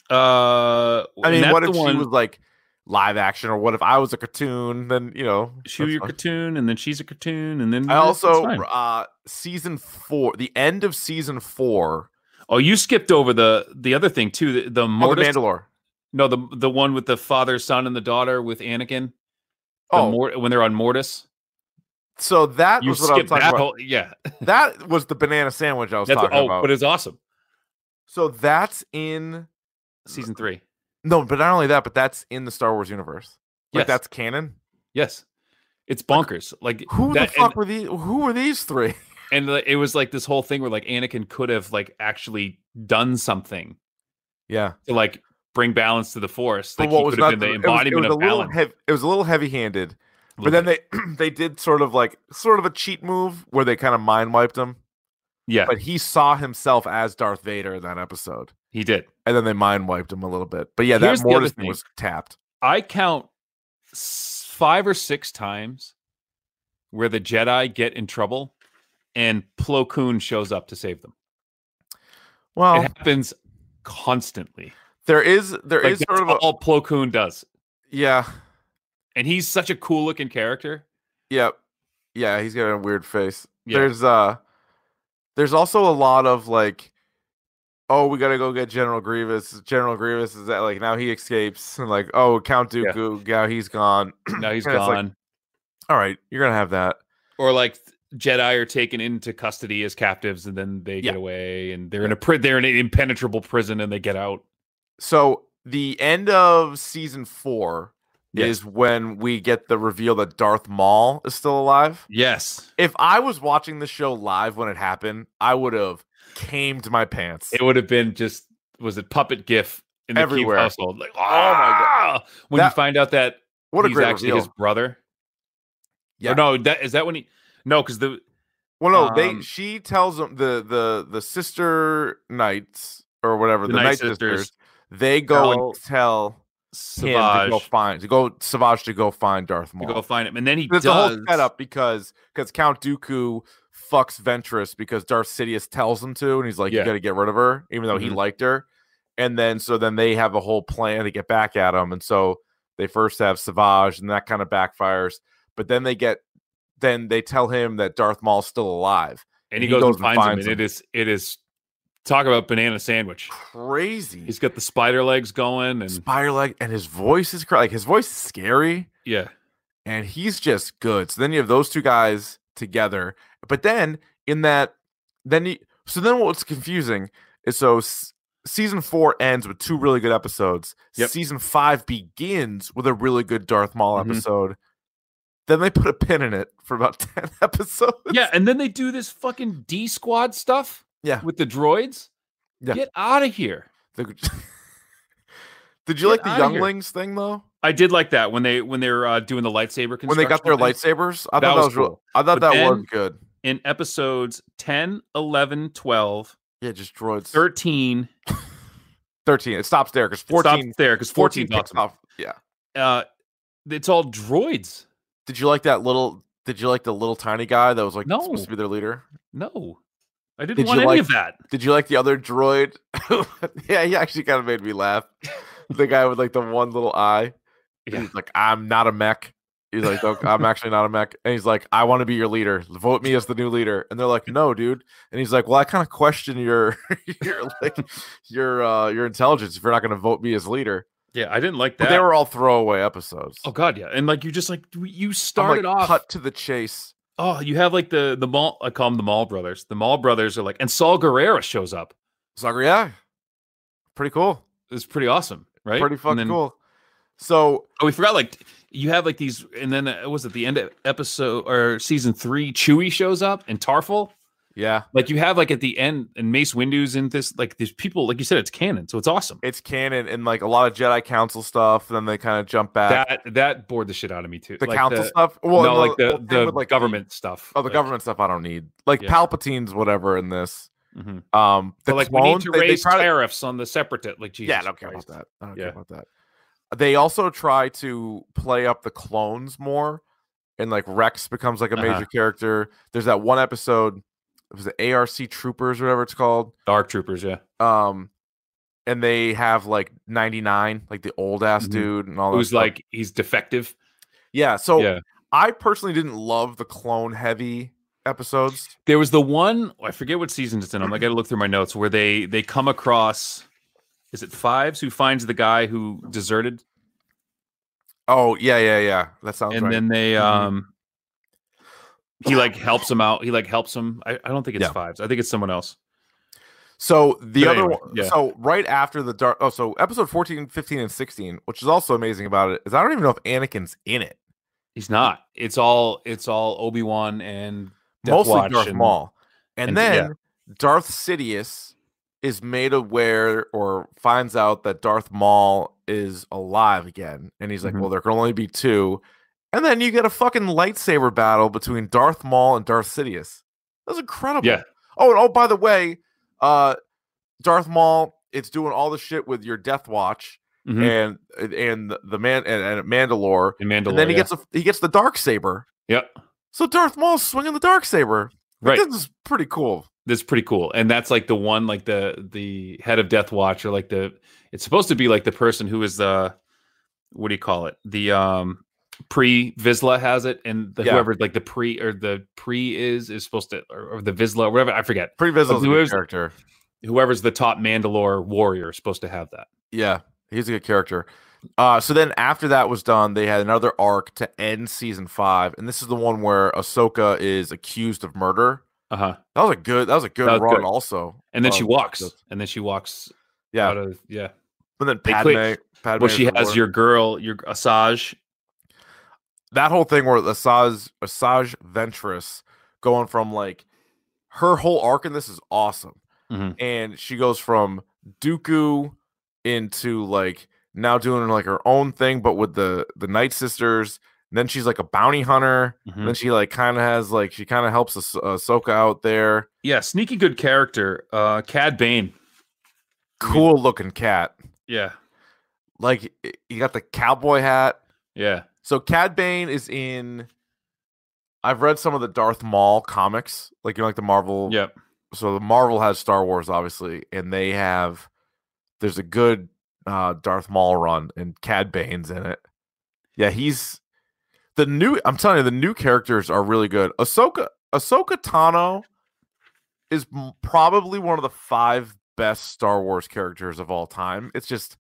D: Uh,
C: I mean,
D: that's
C: what
D: the
C: if
D: one-
C: she was like live action, or what if I was a cartoon? Then you know,
D: she
C: that's
D: your
C: fine.
D: cartoon, and then she's a cartoon, and then
C: I
D: it's- it's
C: also
D: fine.
C: uh season four, the end of season four
D: Oh, you skipped over the the other thing too. The, the
C: of Oh, the
D: Mortis.
C: Mandalore.
D: no, the the one with the father, son, and the daughter with Anakin. The
C: Oh,
D: Mort- when they're on Mortis,
C: so that
D: you
C: was what I was
D: skipped
C: talking
D: that
C: about.
D: whole. Yeah,
C: That was the banana sandwich I was
D: that's
C: talking
D: oh,
C: about.
D: but it's awesome.
C: so that's in
D: Season three.
C: no, but not only that, but that's in the Star Wars universe. Like
D: Yes.
C: that's canon.
D: Yes, it's bonkers. Like that-
C: Who the
D: and-
C: fuck were these? Who were these three?
D: and like, it was like this whole thing where like Anakin could have like actually done something
C: Yeah,
D: to like bring balance to the Force.
C: but
D: Like
C: what
D: he
C: was
D: could have been
C: not
D: the
C: it was- it
D: embodiment
C: was a
D: of
C: little
D: balance.
C: heavy. It was a little heavy-handed.
D: a
C: But
D: little
C: then
D: bit.
C: they they did sort of like sort of a cheat move where they kind of mind wiped him.
D: yeah,
C: But he saw himself as Darth Vader in that episode,
D: he did.
C: and then they mind wiped him a little bit. But yeah, that
D: Here's the other
C: Mortis thing
D: thing.
C: was tapped.
D: I count s- five or six times where the Jedi get in trouble and Plo Koon shows up to save them.
C: Well,
D: It happens constantly.
C: there is there is
D: Like that's
C: sort of a
D: all Plo Koon does,
C: yeah
D: and he's such a cool looking character.
C: yeah yeah he's got a weird face.
D: Yeah.
C: There's uh there's also a lot of like oh we gotta go get General Grievous. General Grievous is that like now he escapes and like oh Count
D: Yeah.
C: Dooku now he's gone.
D: Now he's
C: And it's like,
D: gone.
C: All right, you're gonna have that.
D: or like th- Jedi are taken into custody as captives, and then they get
C: Yeah.
D: away, and they're in a pri- they're in an impenetrable prison, and they get out.
C: So the end of season four
D: Yeah.
C: is when we get the reveal that Darth Maul is still alive.
D: Yes,
C: If I was watching the show live when it happened, I would have camed my pants.
D: it would have been just was it puppet gif in the Keefe
C: Everywhere.
D: household? Like, oh my god! When you
C: That-
D: find out that
C: what a
D: he's
C: great
D: actually
C: reveal!
D: his brother.
C: Yeah.
D: Or no, that is that when he no because the
C: well, no, they
D: um,
C: she tells them the the the sister knights or whatever
D: the,
C: the,
D: Night,
C: knight sisters,
D: sisters,
C: they go
D: tell
C: and tell him to
D: Savage
C: go find to go Savage to go find Darth
D: to
C: Maul.
D: go find him, and then he
C: There's
D: does
C: a whole setup because because Count Dooku fucks Ventress because Darth Sidious tells him to, and he's like,
D: Yeah.
C: "You got to get rid of her," even though he
D: Mhm.
C: liked her. And then so then they have a whole plan to get back at him, and so they first have Savage, and that kind of backfires. But then they get then they tell him that Darth Maul's still alive.
D: and he, goes, and finds,
C: finds
D: him,
C: him.
D: and it is it is talk about banana sandwich.
C: Crazy.
D: He's got the spider legs going, and
C: Spire leg, and his voice is cra- like his voice is scary.
D: yeah,
C: and he's just good. So then you have those two guys together, but then in that, then you, so then what's confusing is so s- season four ends with two really good episodes.
D: Yep.
C: Season five begins with a really good Darth Maul
D: Mhm.
C: episode, Then they put a pin in it for about 10 episodes.
D: Yeah, and then they do this fucking D Squad stuff.
C: Yeah.
D: with the droids.
C: Yeah.
D: Get out of here.
C: The- Did
D: Get
C: you like the
D: outta here.
C: younglings thing though?
D: I did like that when they when they were uh, doing the lightsaber.
C: When they got their
D: construction thing.
C: lightsabers, I
D: That
C: thought that
D: was
C: was real-
D: cool.
C: I thought
D: But
C: that
D: then-
C: was good.
D: in episodes 10, 11, 12,
C: Yeah, just droids.
D: 13.
C: 13. It stops there because
D: it stopped
C: 14,
D: there because
C: 14
D: 14
C: picks
D: awesome.
C: off. Yeah.
D: Uh, it's all droids.
C: Did you like that little? Did you like the little tiny guy that was like
D: No.
C: supposed to be their leader?
D: No, I didn't
C: Did
D: want any
C: you like-
D: of that.
C: Did you like the other droid? yeah, he actually kind of made me laugh. the guy with like the one little eye.
D: Yeah.
C: He's like, I'm not a mech. He's like, "Look, I'm actually not a mech. And he's like, I want to be your leader. Vote me as the new leader. And they're like, No, dude. And he's like, Well, I kind of question your your like your uh your intelligence if you're not gonna vote me as leader.
D: Yeah, I didn't like
C: But
D: that.
C: they were all throwaway episodes.
D: oh god, yeah, and like you just like you- you
C: I'm like,
D: started off.
C: cut to the chase.
D: Oh, you have like the the mall. I call them the Mall Brothers. The Mall Brothers are like, and Saul Guerrero shows up.
C: It's like, yeah. Pretty cool.
D: It's pretty awesome, right?
C: Pretty
D: And
C: fucking
D: then-
C: cool. So
D: Oh, we forgot like you have like these, and then uh, was it the end of episode or season three? Chewie shows up and Tarful.
C: yeah,
D: Like you have like at the end, and Mace Windu's in this. Like these people, like you said, it's canon, so it's awesome.
C: it's canon and like a lot of Jedi Council stuff. And then they kind of jump back
D: that that bored the shit out of me too.
C: the
D: like
C: council
D: the,
C: stuff. Well,
D: no,
C: and
D: like the
C: whole thing
D: the
C: with, like,
D: government stuff.
C: oh, the
D: like,
C: government stuff. I don't need like
D: Yeah.
C: Palpatine's whatever in this.
D: mhm.
C: Um, the
D: But like we
C: clones,
D: need
C: they-
D: to
C: they
D: raise
C: try to-
D: tariffs on the separatist. Like Jesus
C: yeah, I don't care
D: Christ.
C: about that. I don't
D: Yeah.
C: care about that. They also try to play up the clones more, and like Rex becomes like a
D: Uh-huh.
C: major character. There's that one episode. It was the ARC Troopers, or whatever it's called.
D: Dark troopers, yeah.
C: um and they have like 99 like the old ass
D: Mhm.
C: dude and all that
D: Who's
C: stuff.
D: like he's defective.
C: yeah so
D: yeah.
C: i personally didn't love the clone heavy episodes
D: There was the one I forget what season it's in. I'm like, I gotta look through my notes where they they come across. Is it Fives who finds the guy who deserted,
C: oh yeah yeah yeah that sounds
D: and
C: right
D: then they
C: Mhm.
D: um. He like helps him out. He like helps him. I, I don't think it's
C: Yeah.
D: Fives. I think it's someone else.
C: so the
D: But
C: other
D: anyway,
C: one
D: yeah.
C: so right after the dark oh so episode 14 15 and 16 which is also amazing about it is i don't even know if anakin's in it
D: He's not. It's all it's all Obi Wan and Death
C: mostly
D: Watch
C: darth
D: and-
C: maul and,
D: and-
C: then
D: yeah.
C: darth sidious is made aware or finds out that Darth Maul is alive again. And he's like,
D: Mhm.
C: well, there can only be two. And then you get a fucking lightsaber battle between Darth Maul and Darth Sidious. That's incredible.
D: Yeah.
C: Oh, and oh, by the way, uh Darth Maul, it's doing all the shit with your Death Watch
D: Mhm.
C: and and the man and, and Mandalore.
D: and Mandalore.
C: And then he
D: yeah.
C: gets a, he gets the dark saber.
D: Yep.
C: So Darth Maul's swinging the dark saber.
D: right.
C: This is pretty cool.
D: That's pretty cool. And that's like the one, like the the head of Death Watch, or like the it's supposed to be like the person who is the what do you call it? The um pre Vizsla has it, and the,
C: Yeah.
D: whoever like the pre or the pre is is supposed to or, or the Vizsla, or whatever I forget.
C: Pretty visible
D: Who is-
C: character.
D: Whoever's the top Mandalore warrior is supposed to have that.
C: Yeah, he's a good character. Uh, so then after that was done, they had another arc to end season five, and this is the one where Ahsoka is accused of murder.
D: Uh huh.
C: That was a good. That was a good
D: That was
C: run,
D: good.
C: also.
D: And then
C: Oh,
D: she walks,
C: that's-
D: and then she walks
C: Yeah,
D: out of yeah.
C: but then
D: they
C: Padme.
D: click-
C: Padme
D: Well, she
C: is the
D: has
C: war-
D: your girl, your Asajj.
C: that whole thing where Asajj Asajj Ventress going from like her whole arc in this is awesome,
D: Mhm.
C: and she goes from Dooku into like now doing like her own thing, but with the the Night Sisters. And then she's like a bounty hunter.
D: Mhm.
C: And then she like kind of has like she kind of helps Ahs- Ahsoka out there.
D: Yeah, sneaky good character. Uh, Cad Bane.
C: Cool looking cat.
D: Yeah,
C: Like y- you got the cowboy hat.
D: yeah.
C: So Cad Bane is in. I've read some of the Darth Maul comics, like you know, like the Marvel.
D: Yep.
C: So the Marvel has Star Wars, obviously, and they have. There's a good uh Darth Maul run, and Cad Bane's in it. Yeah, he's the new. I'm telling you, the new characters are really good. Ahsoka, Ahsoka Tano, is m- probably one of the five best Star Wars characters of all time. It's just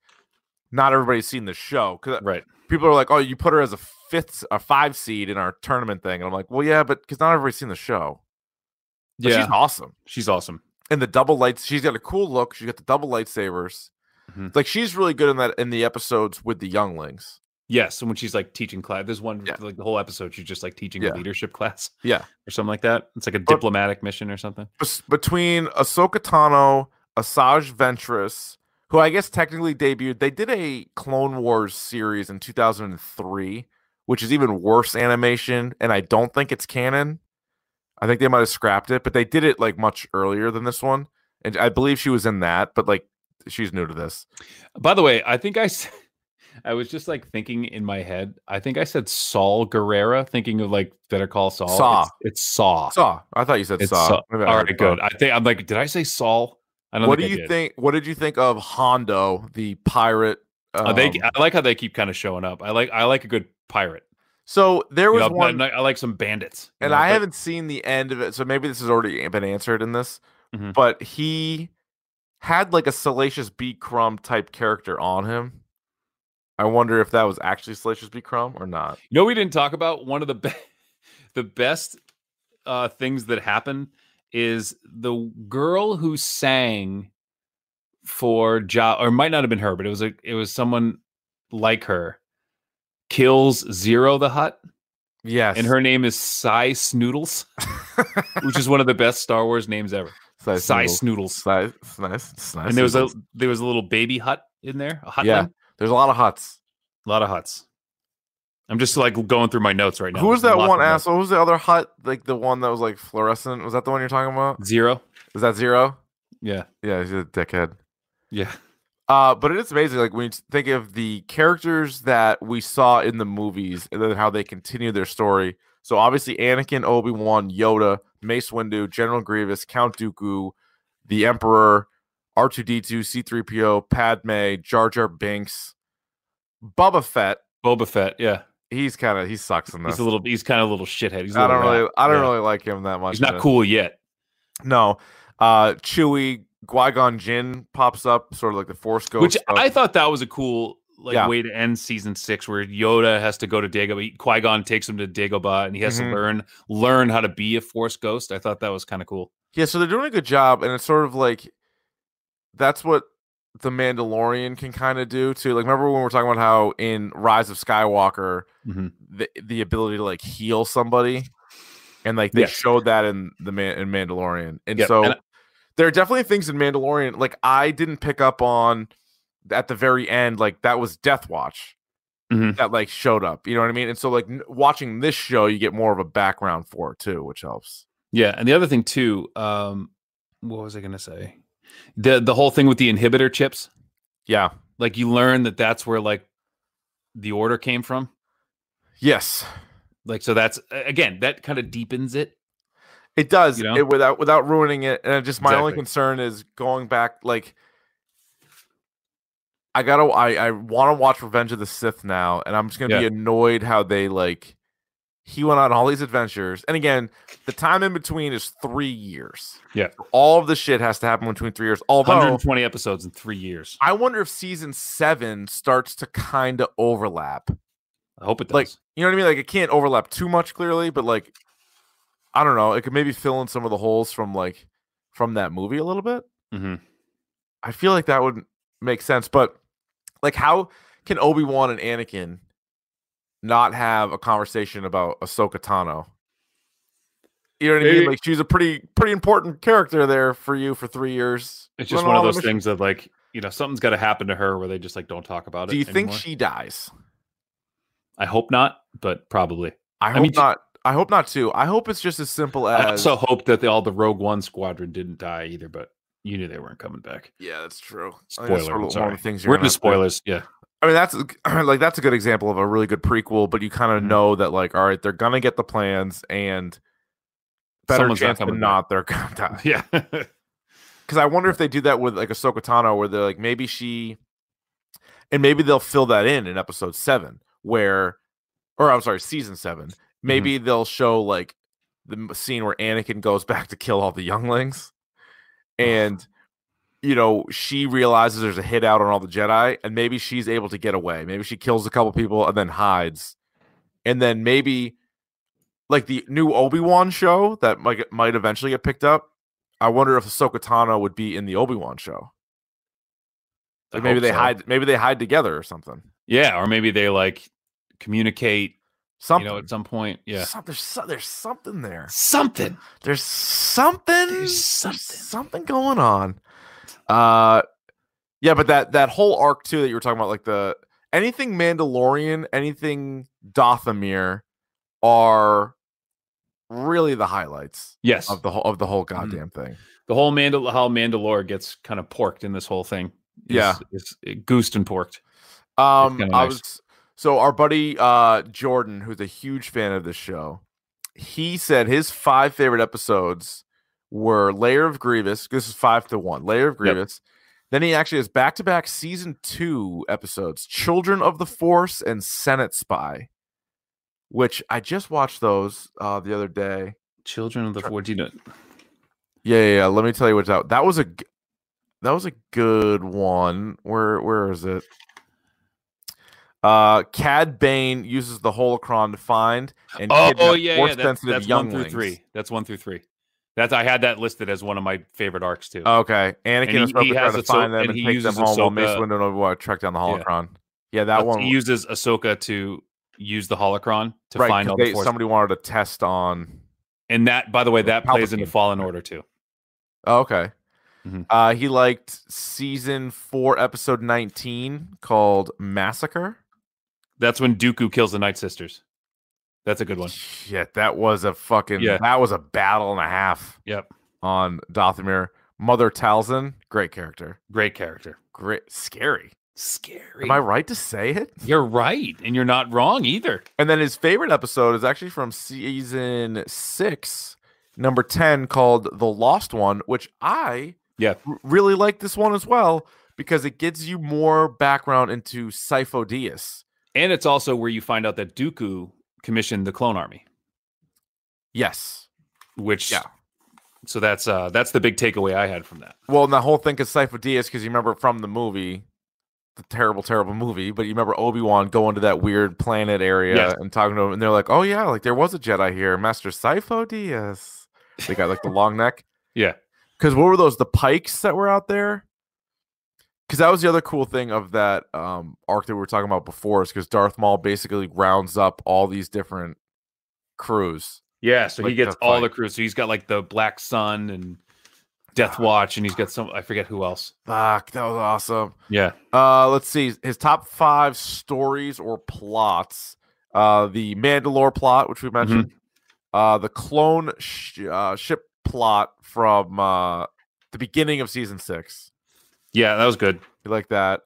C: not everybody's seen the show because
D: Right.
C: people are like, "Oh, you put her as a fifth, a five seed in our tournament thing," and I'm like, "Well, yeah, but because not everybody's seen the show." But
D: Yeah.
C: she's awesome.
D: She's awesome.
C: And the double lights, she's got a cool look. She got the double lightsabers.
D: Mhm.
C: Like she's really good in that in the episodes with the younglings.
D: Yes, and when she's like teaching class, there's one
C: Yeah.
D: like the whole episode she's just like teaching a
C: Yeah.
D: leadership class
C: Yeah.
D: or something like that. It's like a diplomatic mission or something.
C: Bes- between Ahsoka Tano, Asajj Ventress, who I guess technically debuted. They did a Clone Wars series in 2003, which is even worse animation, and I don't think it's canon. I think they might have scrapped it, but they did it like much earlier than this one, and I believe she was in that, but like she's new to this.
D: By the way, I think I s- I was just like thinking in my head. I think I said Saul Guerrera, thinking of like Better Call Saul.
C: Saw.
D: It's, it's Saw.
C: Saw. I thought you said
D: It's
C: Saw.
D: Saw.
C: Maybe I
D: All
C: heard
D: right,
C: Saw.
D: good. I think I'm like, did I say Saul? I don't
C: What do
D: think I
C: you
D: did.
C: think? What did you think of Hondo, the pirate? Um,
D: Uh, they, I like how they keep kind of showing up. I like I like a good pirate.
C: so there
D: You
C: was
D: know, I-
C: one.
D: I, like some bandits. you
C: and
D: know,
C: I
D: but-
C: haven't seen the end of it, so maybe this has already been answered in this.
D: Mhm.
C: But he had like a salacious B crumb type character on him. I wonder if that was actually salacious B crumb or not.
D: You know, we didn't talk about one of the be- the best uh, things that happened is the girl who sang for Ja, or it might not have been her, but it was a it was someone like her. Kills Zero the Hut,
C: Yes,
D: and her name is Cy Snoodles, which is one of the best Star Wars names ever.
C: size
D: Cy
C: noodles.
D: Snoodles,
C: size, it's nice, it's nice
D: and there was a
C: noodles.
D: there was a little baby hut in there, a hut.
C: yeah. There's a lot of huts.
D: a lot of huts. I'm just like going through my notes right now.
C: Who was
D: There's
C: that
D: lots
C: one
D: of notes.
C: asshole? Who was the other hut? Like the one that was like fluorescent? Was that the one you're talking about?
D: Zero.
C: Is that zero?
D: Yeah.
C: Yeah, he's a dickhead.
D: Yeah.
C: Uh, but it is amazing. Like when you think of the characters that we saw in the movies and then how they continue their story. So obviously, Anakin, Obi Wan, Yoda, Mace Windu, General Grievous, Count Dooku, the Emperor, R two D two, C three PO, Padme, Jar Jar Binks, Bubba Fett.
D: Boba Fett. Yeah.
C: He's kind of he sucks in this.
D: He's a little. He's kind of a little shithead. He's a
C: I
D: little
C: don't really,
D: rat.
C: I don't
D: Yeah.
C: really like him that much.
D: He's
C: in
D: not
C: this.
D: cool yet.
C: No, uh, Chewie, Qui Gon Jinn pops up, sort of like the Force Ghost.
D: Which
C: of-
D: I thought that was a cool like
C: Yeah.
D: way to end season six, where Yoda has to go to Dagobah. Qui Gon takes him to Dagobah, and he has
C: Mhm.
D: to learn learn how to be a Force ghost. I thought that was kind of cool.
C: Yeah, so they're doing a good job, and it's sort of like that's what the Mandalorian can kind of do too. Like, remember when we were talking about how in Rise of Skywalker,
D: Mhm.
C: the the ability to like heal somebody, and like they
D: Yes.
C: showed that in the man in Mandalorian, and
D: Yep,
C: so
D: and I-
C: there are definitely things in Mandalorian like I didn't pick up on at the very end. Like that was Death Watch
D: Mhm.
C: that like showed up. You know what I mean? And so like n- watching this show, you get more of a background for it too, which helps.
D: Yeah, and the other thing too. Um, what was I gonna say? The the whole thing with the inhibitor chips.
C: Yeah.
D: Like you learn that that's where like the order came from.
C: Yes.
D: Like so that's again that kind of deepens it.
C: It does
D: You know?
C: it without without ruining it. And just my only
D: Exactly.
C: concern is going back like I gotta I, I wanna watch Revenge of the Sith now, and I'm just gonna be
D: Yeah.
C: annoyed how they like he went on all these adventures. And again, the time in between is three years.
D: Yeah.
C: All of the shit has to happen between three years. Although
D: 120 episodes in three years.
C: I wonder if season seven starts to kind of overlap.
D: I hope it does.
C: like you know what I mean? Like it can't overlap too much clearly, but like I don't know, it could maybe fill in some of the holes from like from that movie a little bit.
D: Mhm.
C: I feel like that would make sense, but like how can Obi Wan and Anakin not have a conversation about Ahsoka Tano? You know what I mean?
D: Maybe-
C: Like she's a pretty pretty important character there for you for three years.
D: It's just
C: Went
D: one of
C: on a
D: those
C: mission.
D: things that like you know something's got to happen to her where they just like don't talk about it.
C: Do you think
D: anymore.
C: she dies?
D: I hope not, but probably.
C: I hope
D: mean, she- Uh,
C: not. I hope not too. I hope it's just as simple
D: I
C: as
D: also hope that the, all the Rogue One squadron didn't die either, but you knew they weren't coming back.
C: Yeah, that's true. I think
D: Spoiler.
C: that's sort
D: I'm
C: of
D: sorry.
C: One of the things you're
D: We're into
C: gonna have to-
D: spoilers. Yeah.
C: I mean, that's a- like that's a good example of a really good prequel, but you kind of
D: Mhm.
C: know that like, all right, they're gonna get the plans, and better
D: Someone's not
C: chance than
D: coming back.
C: not, they're gonna die.
D: Yeah.
C: Because I wonder if they do that with like Ahsoka Tano, where they're like, maybe she, and maybe they'll fill that in in episode seven, where, or I'm sorry, season seven. Maybe they'll show like the m- scene where Anakin goes back to kill all the younglings, and you know she realizes there's a hit out on all the Jedi, and maybe she's able to get away. Maybe she kills a couple people and then hides, and then maybe like the new Obi Wan show that might might eventually get picked up. I wonder if Ahsoka Tano would be in the Obi Wan show.
D: I
C: Like maybe
D: hope
C: they
D: so.
C: hide. Maybe they hide together or something.
D: Yeah, or maybe they like communicate,
C: Something.
D: you know, at some point. Yeah.
C: Some- there's, so- there's something there.
D: Something.
C: There's something.
D: There's something.
C: something going on. Uh, yeah, but that that whole arc too that you were talking about, like the anything Mandalorian, anything Dothamir, are really the highlights
D: Yes. Mm-hmm.
C: of the whole of the whole goddamn thing.
D: The whole Mandal how Mandalore gets kind of porked in this whole thing. is-
C: Yeah.
D: Is, eh, goosed and porked.
C: Um,
D: kinda
C: I
D: nice.
C: was so our buddy uh Jordan, who's a huge fan of this show, he said his five favorite episodes were Layer of Grievous. This is five to one. Layer of
D: Yep.
C: Grievous. Then he actually has back to back season two episodes, Children of the Force and Senate Spy, which I just watched those uh the other day.
D: Children of the Four. Do you know?
C: Yeah, yeah, yeah. Let me tell you what's out. That was a g- that was a good one. Where where is it? Uh Cad Bane uses the holocron to find and
D: Oh,
C: kidnap
D: yeah, yeah.
C: force
D: That's,
C: sensitive
D: that's one through
C: younglings.
D: three. That's one through three. That's I had that listed as one of my favorite arcs too.
C: Okay. Anakin
D: he-
C: is probably
D: he
C: trying
D: has
C: to
D: Ahso-
C: find them
D: and
C: and,
D: he
C: take them
D: uses
C: home while Mace
D: Ahsoka.
C: Windu and Obi-Wan track down the
D: Yeah.
C: holocron. Yeah, that
D: That's-
C: one
D: he uses Ahsoka to use the holocron to
C: right,
D: find
C: 'cause
D: all the
C: they-
D: force.
C: somebody wanted to test on
D: and that, by the way, that plays into
C: Palpatine.
D: Fallen Order too.
C: Oh, okay.
D: Mhm.
C: Uh, he liked season four, episode 19, called Massacre.
D: That's when Dooku kills the Night Sisters. That's a good one.
C: Shit, that was a fucking
D: Yeah.
C: that was a battle and a half
D: Yep.
C: on Dothamir. Mother Talzin, great character.
D: Great character.
C: Great scary.
D: Scary.
C: Am I right to say it?
D: You're right, and you're not wrong either.
C: And then his favorite episode is actually from season six, number 10, called The Lost One, which I
D: Yeah.
C: r- really like this one as well because it gives you more background into Sifo Dyas.
D: And it's also where you find out that Dooku commissioned the clone army,
C: Yes.
D: which
C: Yeah.
D: So that's uh that's the big takeaway I had from that.
C: Well, and the whole thing is Sifo Dyas because you remember from the movie, the terrible, terrible movie, but you remember Obi Wan going to that weird planet area
D: Yes.
C: and talking to him, and they're like, "Oh yeah, like there was a Jedi here, Master Sifo Dyas." They got like the long neck.
D: Yeah.
C: Because what were those? The pikes that were out there. Because that was the other cool thing of that um, arc that we were talking about before is because Darth Maul basically rounds up all these different crews.
D: Yeah, so
C: Like
D: he gets
C: the
D: all
C: fight. Ah.
D: the crew. So he's got like the Black Sun and Death Watch, and he's got some I forget who else.
C: Fuck, that was awesome.
D: Yeah.
C: Uh, let's see his top five stories or plots. Uh, the Mandalore plot, which we
D: Mm-hmm.
C: mentioned. Uh, the clone sh- uh, ship plot from uh, the beginning of season six.
D: Yeah, that was good.
C: You like that?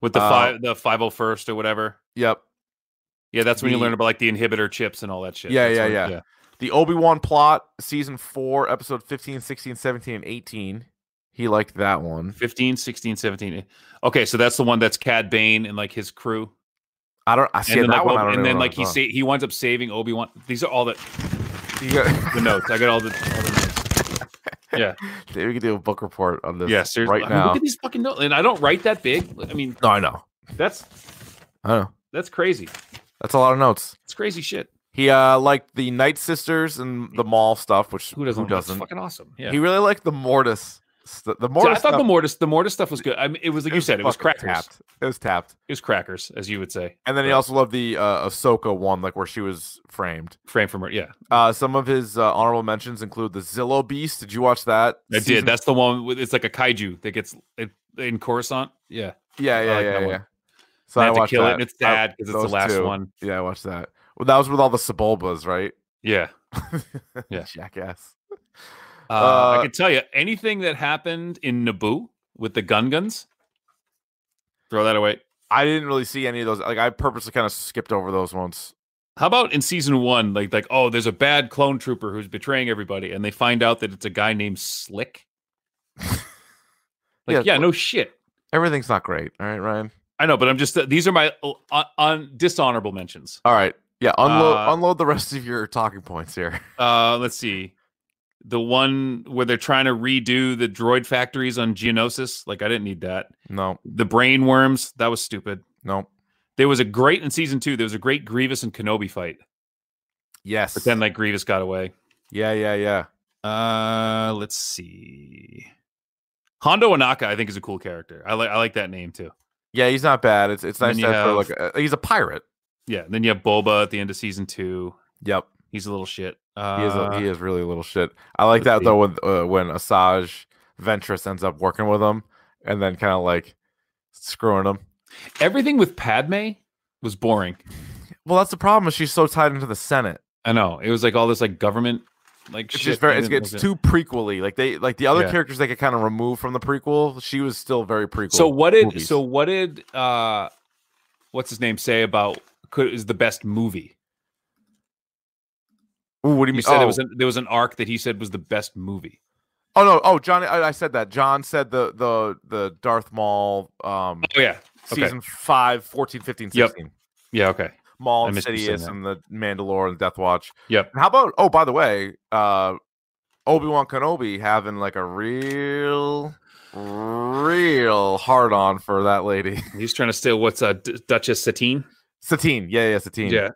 D: With the
C: Uh,
D: five the five oh first or whatever.
C: Yep.
D: Yeah, that's when you learn
C: the-
D: about like the inhibitor chips and all that shit.
C: Yeah,
D: That's
C: yeah,
D: when-
C: yeah. The Obi Wan plot, season four, episode 15, 16, 17, and 18. He liked that one.
D: 15, 16, 17. Okay, so that's the one that's Cad Bane and like his crew.
C: I don't. I see
D: and then,
C: that
D: like,
C: one.
D: Obi-
C: I don't
D: and
C: know
D: then
C: what
D: like
C: I'm
D: he sa- he winds up saving Obi Wan. These are all the,
C: talking- You got-
D: the notes. I got all the, all the notes.
C: we could do a book report on this.
D: Yeah, seriously.
C: right
D: I mean,
C: now.
D: look at these fucking notes. And I don't write that big. I mean,
C: No, I know.
D: that's
C: I know.
D: that's crazy.
C: That's a lot of notes.
D: It's crazy shit.
C: He uh liked the Night Sisters and the Mall stuff, which
D: Who doesn't? That's fucking awesome. Yeah.
C: He really liked the Mortis. St- the
D: So
C: Mortis.
D: I thought
C: stuff,
D: the mortis the mortis stuff was good. I mean, it was like you said, it was
C: fucking
D: crackers.
C: Tapped. It was tapped.
D: It was crackers, as you would say.
C: And then he
D: Right.
C: also loved the uh, Ahsoka one, like where she was framed.
D: Frame from her. Yeah,
C: Uh, some of his uh, honorable mentions include the Zillow Beast. Did you watch that?
D: I
C: season-
D: did. That's the one. With, it's like a kaiju that gets it, in Coruscant. Yeah,
C: yeah,
D: I
C: yeah,
D: like
C: yeah,
D: that one.
C: yeah. So
D: so I
C: I
D: have to
C: watched
D: kill
C: that.
D: it, and it's
C: I-
D: sad because it's the
C: those
D: last
C: two.
D: one.
C: Yeah, I watched that. Well, that was with all the Sebulbas, right?
D: Yeah, Yeah.
C: Jackass.
D: uh,
C: Uh,
D: I can tell you anything that happened in Naboo with the gun guns. Throw that away.
C: I didn't really see any of those. Like I purposely kind of skipped over those ones.
D: How about in season one, like like oh, there's a bad clone trooper who's betraying everybody, and they find out that it's a guy named Slick. like
C: Yeah,
D: yeah, no shit.
C: Everything's not great. All right, Ryan.
D: I know, but I'm just these are my uh, on, on dishonorable mentions.
C: All right. Yeah, unload
D: Uh,
C: unload the rest of your talking points here.
D: Uh, let's see, the one where they're trying to redo the droid factories on Geonosis. Like I didn't need that.
C: No,
D: The brain worms that was stupid.
C: no.
D: There was a great in season two. There was a great Grievous and Kenobi fight,
C: Yes.
D: but then like Grievous got away.
C: yeah, yeah, yeah.
D: Uh, let's see. Hondo Anaka, I think, is a cool character. I like I like that name too.
C: Yeah, he's not bad. It's it's
D: And
C: nice
D: then
C: to
D: you
C: have, for, like a, he's a pirate.
D: Yeah. And then you have Boba at the end of season two.
C: Yep.
D: He's a little shit.
C: He is, a,
D: Uh,
C: he is really a little shit. I like that
D: let's
C: though when uh, when Asajj Ventress ends up working with him and then kind of like screwing him.
D: Everything with Padme was boring.
C: Well, that's the problem. Is she's so tied into the Senate.
D: I know. It was like all this like government like
C: It's
D: shit.
C: just very
D: I
C: it's,
D: didn't
C: it's
D: like it.
C: too prequely. Like they like the other
D: Yeah.
C: characters they could kind of remove from the prequel. She was still very prequel.
D: So what did
C: movies.
D: so what did uh what's his name say about could is the best movie?
C: Ooh, what do you
D: He
C: mean?
D: said
C: oh.
D: there was an, there was an arc that he said was the best movie.
C: oh no! Oh, Johnny, I, I said that. John said the the the Darth Maul um
D: Oh yeah. Okay.
C: season five, 14, 15,
D: Yep.
C: 16.
D: Yeah, okay.
C: Maul
D: I
C: and
D: missed you saying
C: Sidious
D: that.
C: and the Mandalore and Death Watch.
D: Yep.
C: And how about oh by the way, uh Obi Wan Kenobi having like a real real hard on for that lady.
D: He's trying to steal what's uh, D- Duchess Satine.
C: Satine. Yeah, yeah, Satine.
D: Yeah.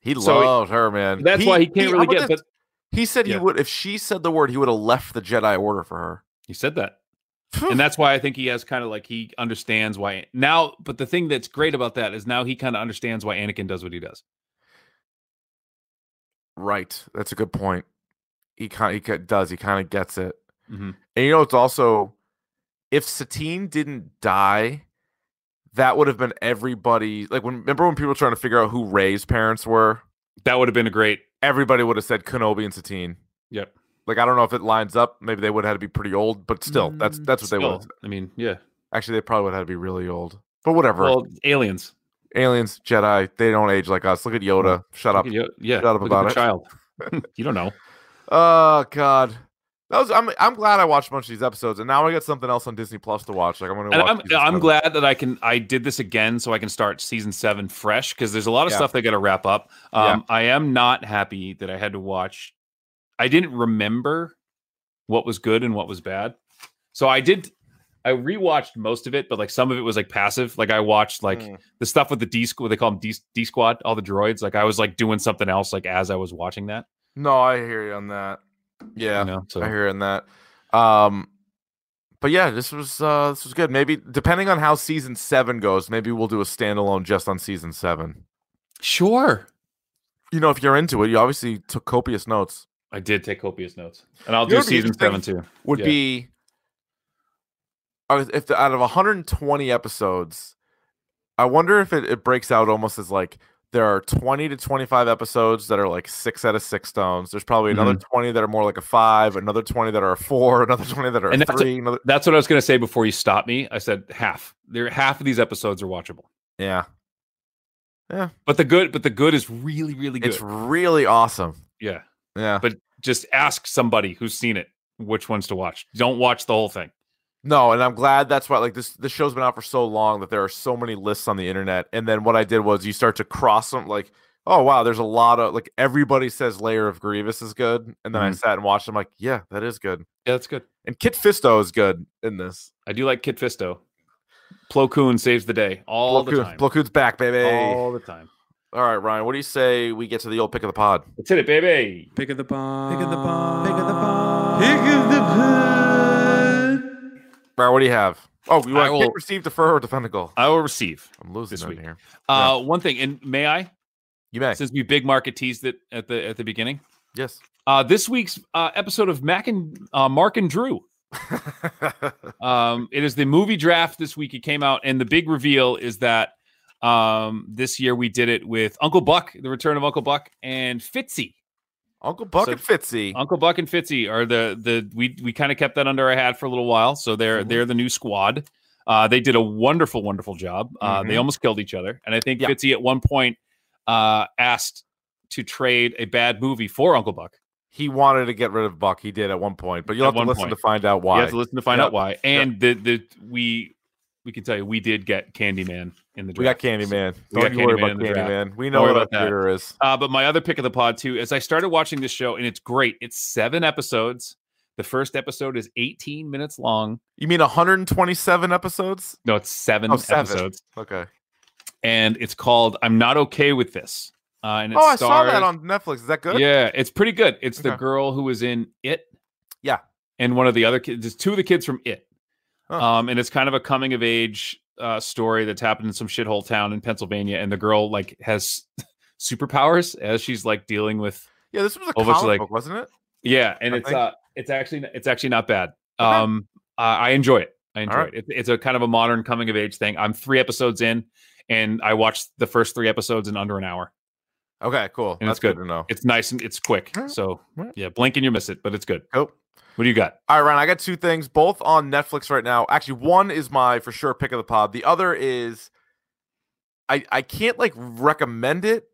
C: He
D: So he-
C: loved her, man.
D: That's why he can't
C: how
D: really get
C: about this?
D: but
C: he said
D: yeah.
C: he would if she said the word, he would have left the Jedi order for her.
D: he said that. and that's why I think he has kind of like he understands why now. But the thing that's great about that is now he kind of understands why Anakin does what he does.
C: Right. That's a good point. He kind he ki- does. He kind of gets it.
D: Mhm.
C: And you know, it's also if Satine didn't die, that would have been everybody. Like when remember when people were trying to figure out who Ray's parents were,
D: That would have been a great.
C: everybody would have said Kenobi and Satine.
D: Yep.
C: Like I don't know if it lines up. Maybe they would have had to be pretty old, but still, that's that's what they
D: Mm, still,
C: would.
D: I mean, yeah.
C: Actually, they probably would have had to be really old. But whatever.
D: Well, aliens.
C: Aliens, Jedi, they don't age like us. Look at Yoda. Shut up.
D: Look at you- yeah.
C: Shut up
D: look at the
C: about it.
D: Child. you don't know.
C: Oh God, that was. I'm I'm glad I watched a bunch of these episodes, and now I got something else on Disney Plus to watch. Like I'm gonna.
D: And
C: Watch
D: I'm
C: these
D: I'm
C: episodes.
D: glad that I can I did this again so I can start season seven fresh because there's a lot of
C: Yeah.
D: stuff they got to wrap up.
C: Yeah.
D: Um, I am not happy that I had to watch. I didn't remember what was good and what was bad, so I did. I rewatched most of it, but like some of it was like passive. Like I watched like
C: Mm.
D: the stuff with the D squad. They call them D, D squad. All the droids. Like I was like doing something else like as I was watching that.
C: No, I hear you on that. Yeah,
D: You know? So
C: I hear you on that. Um, but yeah, this was uh this was good. Maybe depending on how season seven goes, maybe we'll do a standalone just on season seven.
D: sure,
C: You know, if you're into it, you obviously took copious notes.
D: I did take copious notes, and I'll
C: You know
D: do
C: what would be
D: season seven
C: interesting?
D: too.
C: would
D: Yeah.
C: be I was- if the, out of 120 episodes, I wonder if it, it breaks out almost as like there are 20 to 25 episodes that are like six out of six stones. There's probably another
D: Mm-hmm.
C: 20 that are more like a five, another 20 that are a four, another 20 that are
D: And
C: a
D: that's a-
C: three. another,
D: That's what I was going to say before you stopped me. I said half. There, half of these episodes are watchable.
C: yeah,
D: But the good, but the good is really, really good.
C: it's really awesome.
D: yeah.
C: Yeah,
D: But just ask somebody who's seen it which ones to watch. Don't watch the whole thing.
C: no, and I'm glad that's why. Like this, this show's been out for so long that there are so many lists on the internet. And then what I did was you start to cross them, like oh wow, there's a lot of like everybody says Layer of Grievous is good, and then I
D: Mhm.
C: sat and watched. I'm like, yeah, that is good.
D: Yeah, that's good.
C: And Kit Fisto is good in this.
D: I do like Kit Fisto. Plo Koon saves the day all the
C: Plo Koon-
D: time.
C: Plo Koon's back, baby.
D: all the time.
C: All right, Ryan, what do you say we get to the old pick of the pod?
D: That's it, baby.
E: Pick of the bomb. Pick of the bomb. Pick of the bomb.
C: Ryan, what do you have? Oh, you
D: I
C: want
D: will-
C: kick, receive, defer, or defend a goal?
D: I will receive.
C: I'm losing
D: this
C: it
D: week.
C: here.
D: Uh, One thing, and may I,
C: You may.
D: since we big market teased it at the at the beginning,
C: Yes.
D: uh, this week's uh, episode of Mac and uh, Mark and Drew Um, it is the movie draft this week. It came out, and the big reveal is that um, this year we did it with Uncle Buck, the return of Uncle Buck, and Fitzy.
C: Uncle Buck
D: So-
C: and Fitzy.
D: Uncle Buck and Fitzy are the the we we kind of kept that under our hat for a little while. So they're
C: Mhm.
D: they're the new squad. Uh, they did a wonderful, wonderful job. Uh, They
C: Mhm.
D: almost killed each other, and I think
C: Yeah.
D: Fitzy at one point uh, asked to trade a bad movie for Uncle Buck.
C: he wanted to get rid of Buck. He did at one point, but
D: At
C: you'll have to
D: one
C: listen
D: point.
C: to find out
D: You
C: why.
D: have to listen to find
C: Yep.
D: out why. And the the we we can tell you we did get Candyman in the draft.
C: we got Candyman.
D: We
C: Don't
D: got
C: you worry
D: Candyman in
C: about
D: the draft.
C: Candyman. We know
D: worry
C: what a
D: about that.
C: theater is.
D: Uh, but my other pick of the pod too is I started watching this show and it's great. It's seven episodes. The first episode is 18 minutes long.
C: You mean 127 episodes?
D: No, it's seven
C: Oh, seven.
D: episodes,
C: Okay.
D: and it's called "I'm Not Okay with This." Uh, and it
C: Oh, I saw
D: stars,
C: that on Netflix. Is that good?
D: Yeah, it's pretty good. It's the
C: Okay.
D: girl who was in It.
C: Yeah.
D: and one of the other kids. There's two of the kids from It.
C: Huh.
D: Um, and it's kind of a coming of age uh, story that's happened in some shithole town in Pennsylvania, and the girl like has superpowers as she's like dealing with
C: Yeah, this was a
D: Oh, looks
C: comic
D: like-
C: book, wasn't it?
D: yeah, and
C: I
D: it's
C: think-
D: uh, it's actually it's actually not bad.
C: Okay.
D: Um, I I enjoy it. I enjoy
C: right.
D: it. It's- It's a kind of a modern coming of age thing. I'm three episodes in, and I watched the first three episodes in under an hour.
C: Okay, cool.
D: And
C: That's
D: it's
C: good.
D: good.
C: to know.
D: It's nice and it's quick.
C: Alright,
D: So
C: alright.
D: yeah, blink and you miss it, but it's good.
C: Nope.
D: What do you got?
C: All right, Ryan, I got two things, both on Netflix right now. Actually, one is my for sure pick of the pod. The other is I I can't like recommend it,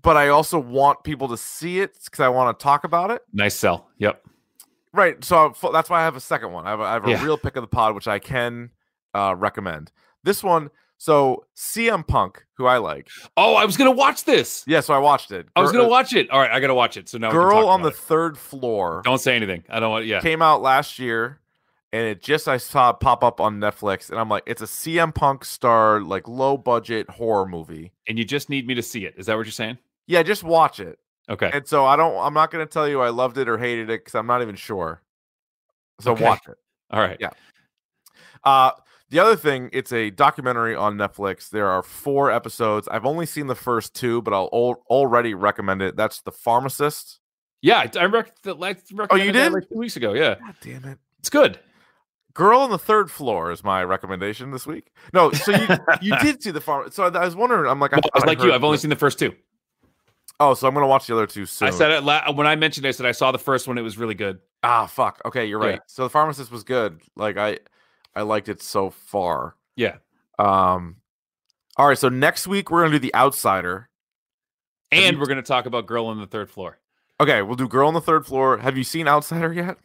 C: but I also want people to see it because I want to talk about it.
D: Nice sell. Yep.
C: Right. So I'm fu- that's why I have a second one. I have a, I have a
D: Yeah.
C: real pick of the pod, which I can uh, recommend. This one, so CM Punk, who I like.
D: Oh, I was gonna watch this.
C: Yeah, so I watched it.
D: I was
C: Gir- uh,
D: gonna watch it. All right, I gotta watch it. So now we can
C: Girl
D: talk
C: on
D: about
C: the
D: it.
C: Third Floor.
D: Don't say anything. I don't want. Yeah.
C: came out last year and it just I saw it pop up on Netflix and I'm like it's a CM Punk star like low budget horror movie.
D: And you just need me to see it. Is that what you're saying?
C: Yeah, just watch it.
D: Okay.
C: And so I don't I'm not going to tell you I loved it or hated it cuz I'm not even sure. So
D: Okay.
C: watch it.
D: All right.
C: Yeah. Uh the other thing, it's a documentary on Netflix. There are four episodes. I've only seen the first two, but I'll al- already recommend it. That's The Pharmacist.
D: Yeah. I, I rec- the- like, recommended that,
C: Oh, did?
D: like two weeks ago. Yeah.
C: God damn it.
D: It's good.
C: Girl on the Third Floor is my recommendation this week. No, so you you did see the farm. So I was wondering. I'm like,
D: Well, I was
C: thought
D: like you.
C: heard
D: I've only
C: the-
D: seen the first two.
C: Oh, so I'm gonna watch the other two soon.
D: I said it la- when I mentioned. It, I said I saw the first one. It was really good.
C: ah, fuck. Okay, you're
D: Yeah.
C: right. So the pharmacist was good. Like I, I liked it so far.
D: Yeah.
C: Um. All right. So next week we're gonna do the Outsider. Have
D: And
C: you-
D: we're gonna talk about Girl on the Third Floor.
C: Okay, we'll do Girl on the Third Floor. Have you seen Outsider yet?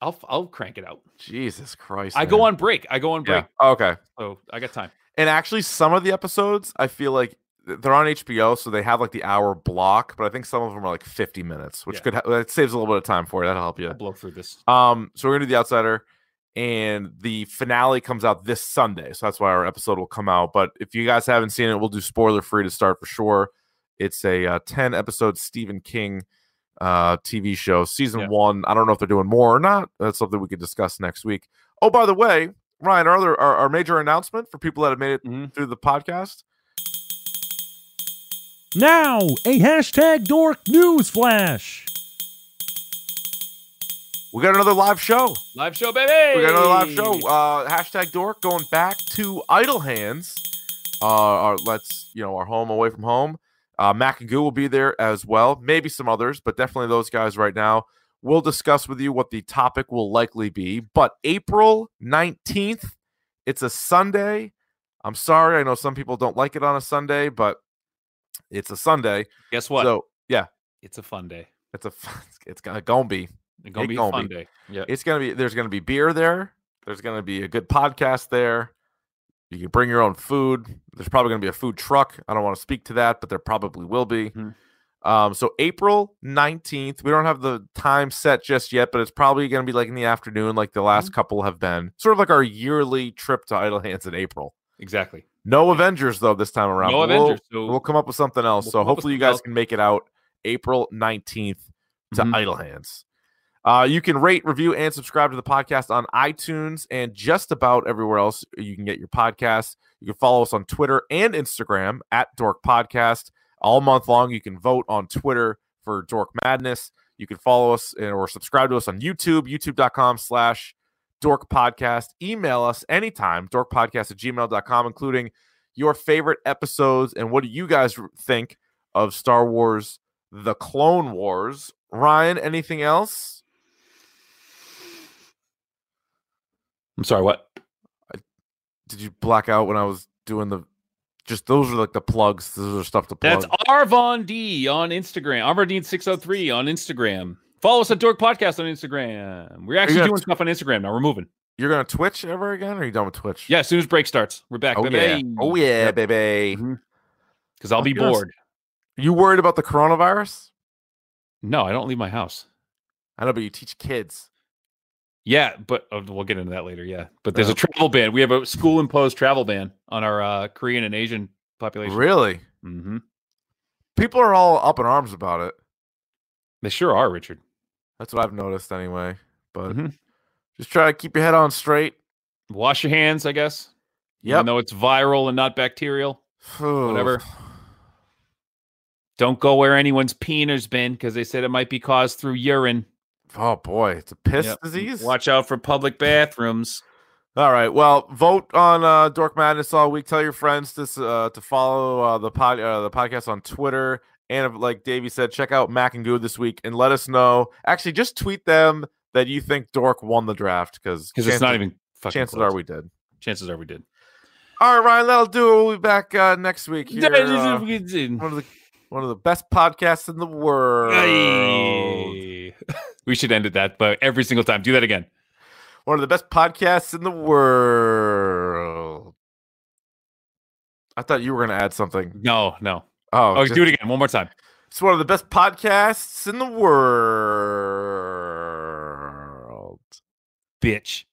D: I'll f- I'll crank it out.
C: Jesus Christ.
D: I go
C: man.
D: on break. I go on break.
C: Yeah. Oh, Okay.
D: So I got time.
C: And actually, some of the episodes I feel like th- they're on HBO, so they have like the hour block. But I think some of them are like 50 minutes, which
D: Yeah.
C: could ha- that saves a little bit of time for you. That'll help you.
D: I'll blow through this.
C: Um, so we're gonna do the Outsider, and the finale comes out this Sunday, so that's why our episode will come out. But if you guys haven't seen it, we'll do spoiler free to start for sure. It's a uh, 10 episode Stephen King uh TV show, season
D: Yeah.
C: one. I don't know if they're doing more or not. That's something we could discuss next week. Oh, by the way, Ryan, our other our, our major announcement for people that have made it
D: Mhm.
C: through the podcast.
F: Now, a hashtag dork news flash.
C: We got another live show.
D: Live show, baby.
C: We got another live show. Uh, hashtag Dork going back to Idle Hands. Uh, our let's you know our home away from home. Uh, Mac and Goo will be there as well. Maybe some others, but definitely those guys right now. We'll discuss with you what the topic will likely be. But April nineteenth, it's a Sunday. I'm sorry, I know some people don't like it on a Sunday, but it's a Sunday.
D: Guess what?
C: So yeah,
D: it's a fun day.
C: it's a it's gonna gonna be
D: It's gonna
C: It
D: be a
C: gonna
D: fun
C: be.
D: day. Yeah.
C: it's gonna be there's gonna be beer there there's gonna be a good podcast there you can bring your own food there's probably gonna be a food truck i don't want to speak to that but there probably will be
D: Mhm.
C: um, so april 19th we don't have the time set just yet but it's probably gonna be like in the afternoon like the last
D: Mm-hmm.
C: couple have been sort of like our yearly trip to idle hands in april
D: Exactly.
C: no avengers though this time around
D: No
C: but we'll-
D: Avengers. So
C: we'll come up with something else.
D: We'll
C: so
D: come up with
C: hopefully you
D: something
C: guys
D: else.
C: can make it out April 19th to
D: Mhm.
C: Idle Hands. Uh, you can rate, review, and subscribe to the podcast on iTunes and just about everywhere else you can get your podcast. You can follow us on Twitter and Instagram at Dork Podcast. All month long, you can vote on Twitter for Dork Madness. You can follow us and- or subscribe to us on YouTube, youtube.com slash dork podcast. Email us anytime, dorkpodcast at gmail.com, including your favorite episodes and what do you guys r- think of Star Wars The Clone Wars? Ryan, anything else?
D: I'm sorry. What?
C: Did you black out when I was doing the just those are like the plugs. Those are stuff to plug.
D: That's Arvon D on Instagram. Arvon D six hundred three on Instagram. Follow us at Dork Podcast on Instagram. We're actually
C: got-
D: doing stuff on Instagram now. We're moving.
C: You're gonna Twitch ever again? Or are you done with Twitch?
D: Yeah, as soon as break starts, we're back.
C: Oh yeah. Oh yeah, baby.
D: Mhm. Because I'll
C: Oh,
D: be
C: yes.
D: bored. Mm-hmm.
C: You worried about the coronavirus?
D: No, I don't leave my house.
C: I know, but you teach kids.
D: Yeah, but uh, we'll get into that later. Yeah, but there's
C: Uh,
D: a travel ban. We have a school imposed travel ban on our uh, Korean and Asian population.
C: Really?
D: hmm
C: People are all up in arms about it.
D: They sure are, Richard.
C: That's what I've noticed anyway. But
D: Mhm.
C: just try to keep your head on straight.
D: Wash your hands, I guess. even
C: Yep.
D: though it's viral and not bacterial.
C: Ugh.
D: whatever. Don't go where anyone's peener's been because they said it might be caused through urine.
C: Oh boy, it's a piss
D: Yep.
C: disease.
D: Watch out for public bathrooms.
C: All right. Well, vote on uh, Dork Madness all week. Tell your friends to s- uh, to follow uh, the pod uh, the podcast on Twitter. And uh, like Davey said, check out Mac and Goo this week and let us know. Actually, just tweet them that you think Dork won the draft because
D: Because it's not even fucking
C: chances
D: close.
C: are we did.
D: chances are we did.
C: All right, Ryan, that'll do it. We'll be back uh, next week. Here, uh, one of the one of the best podcasts in the world.
D: Aye. We should end it that, but every single time, do that again.
C: One of the best podcasts in the world. I thought you were going to add something.
D: No, no.
C: Oh,
D: Oh,
C: just-
D: do it again one more time.
C: It's one of the best podcasts in the world.
D: Bitch.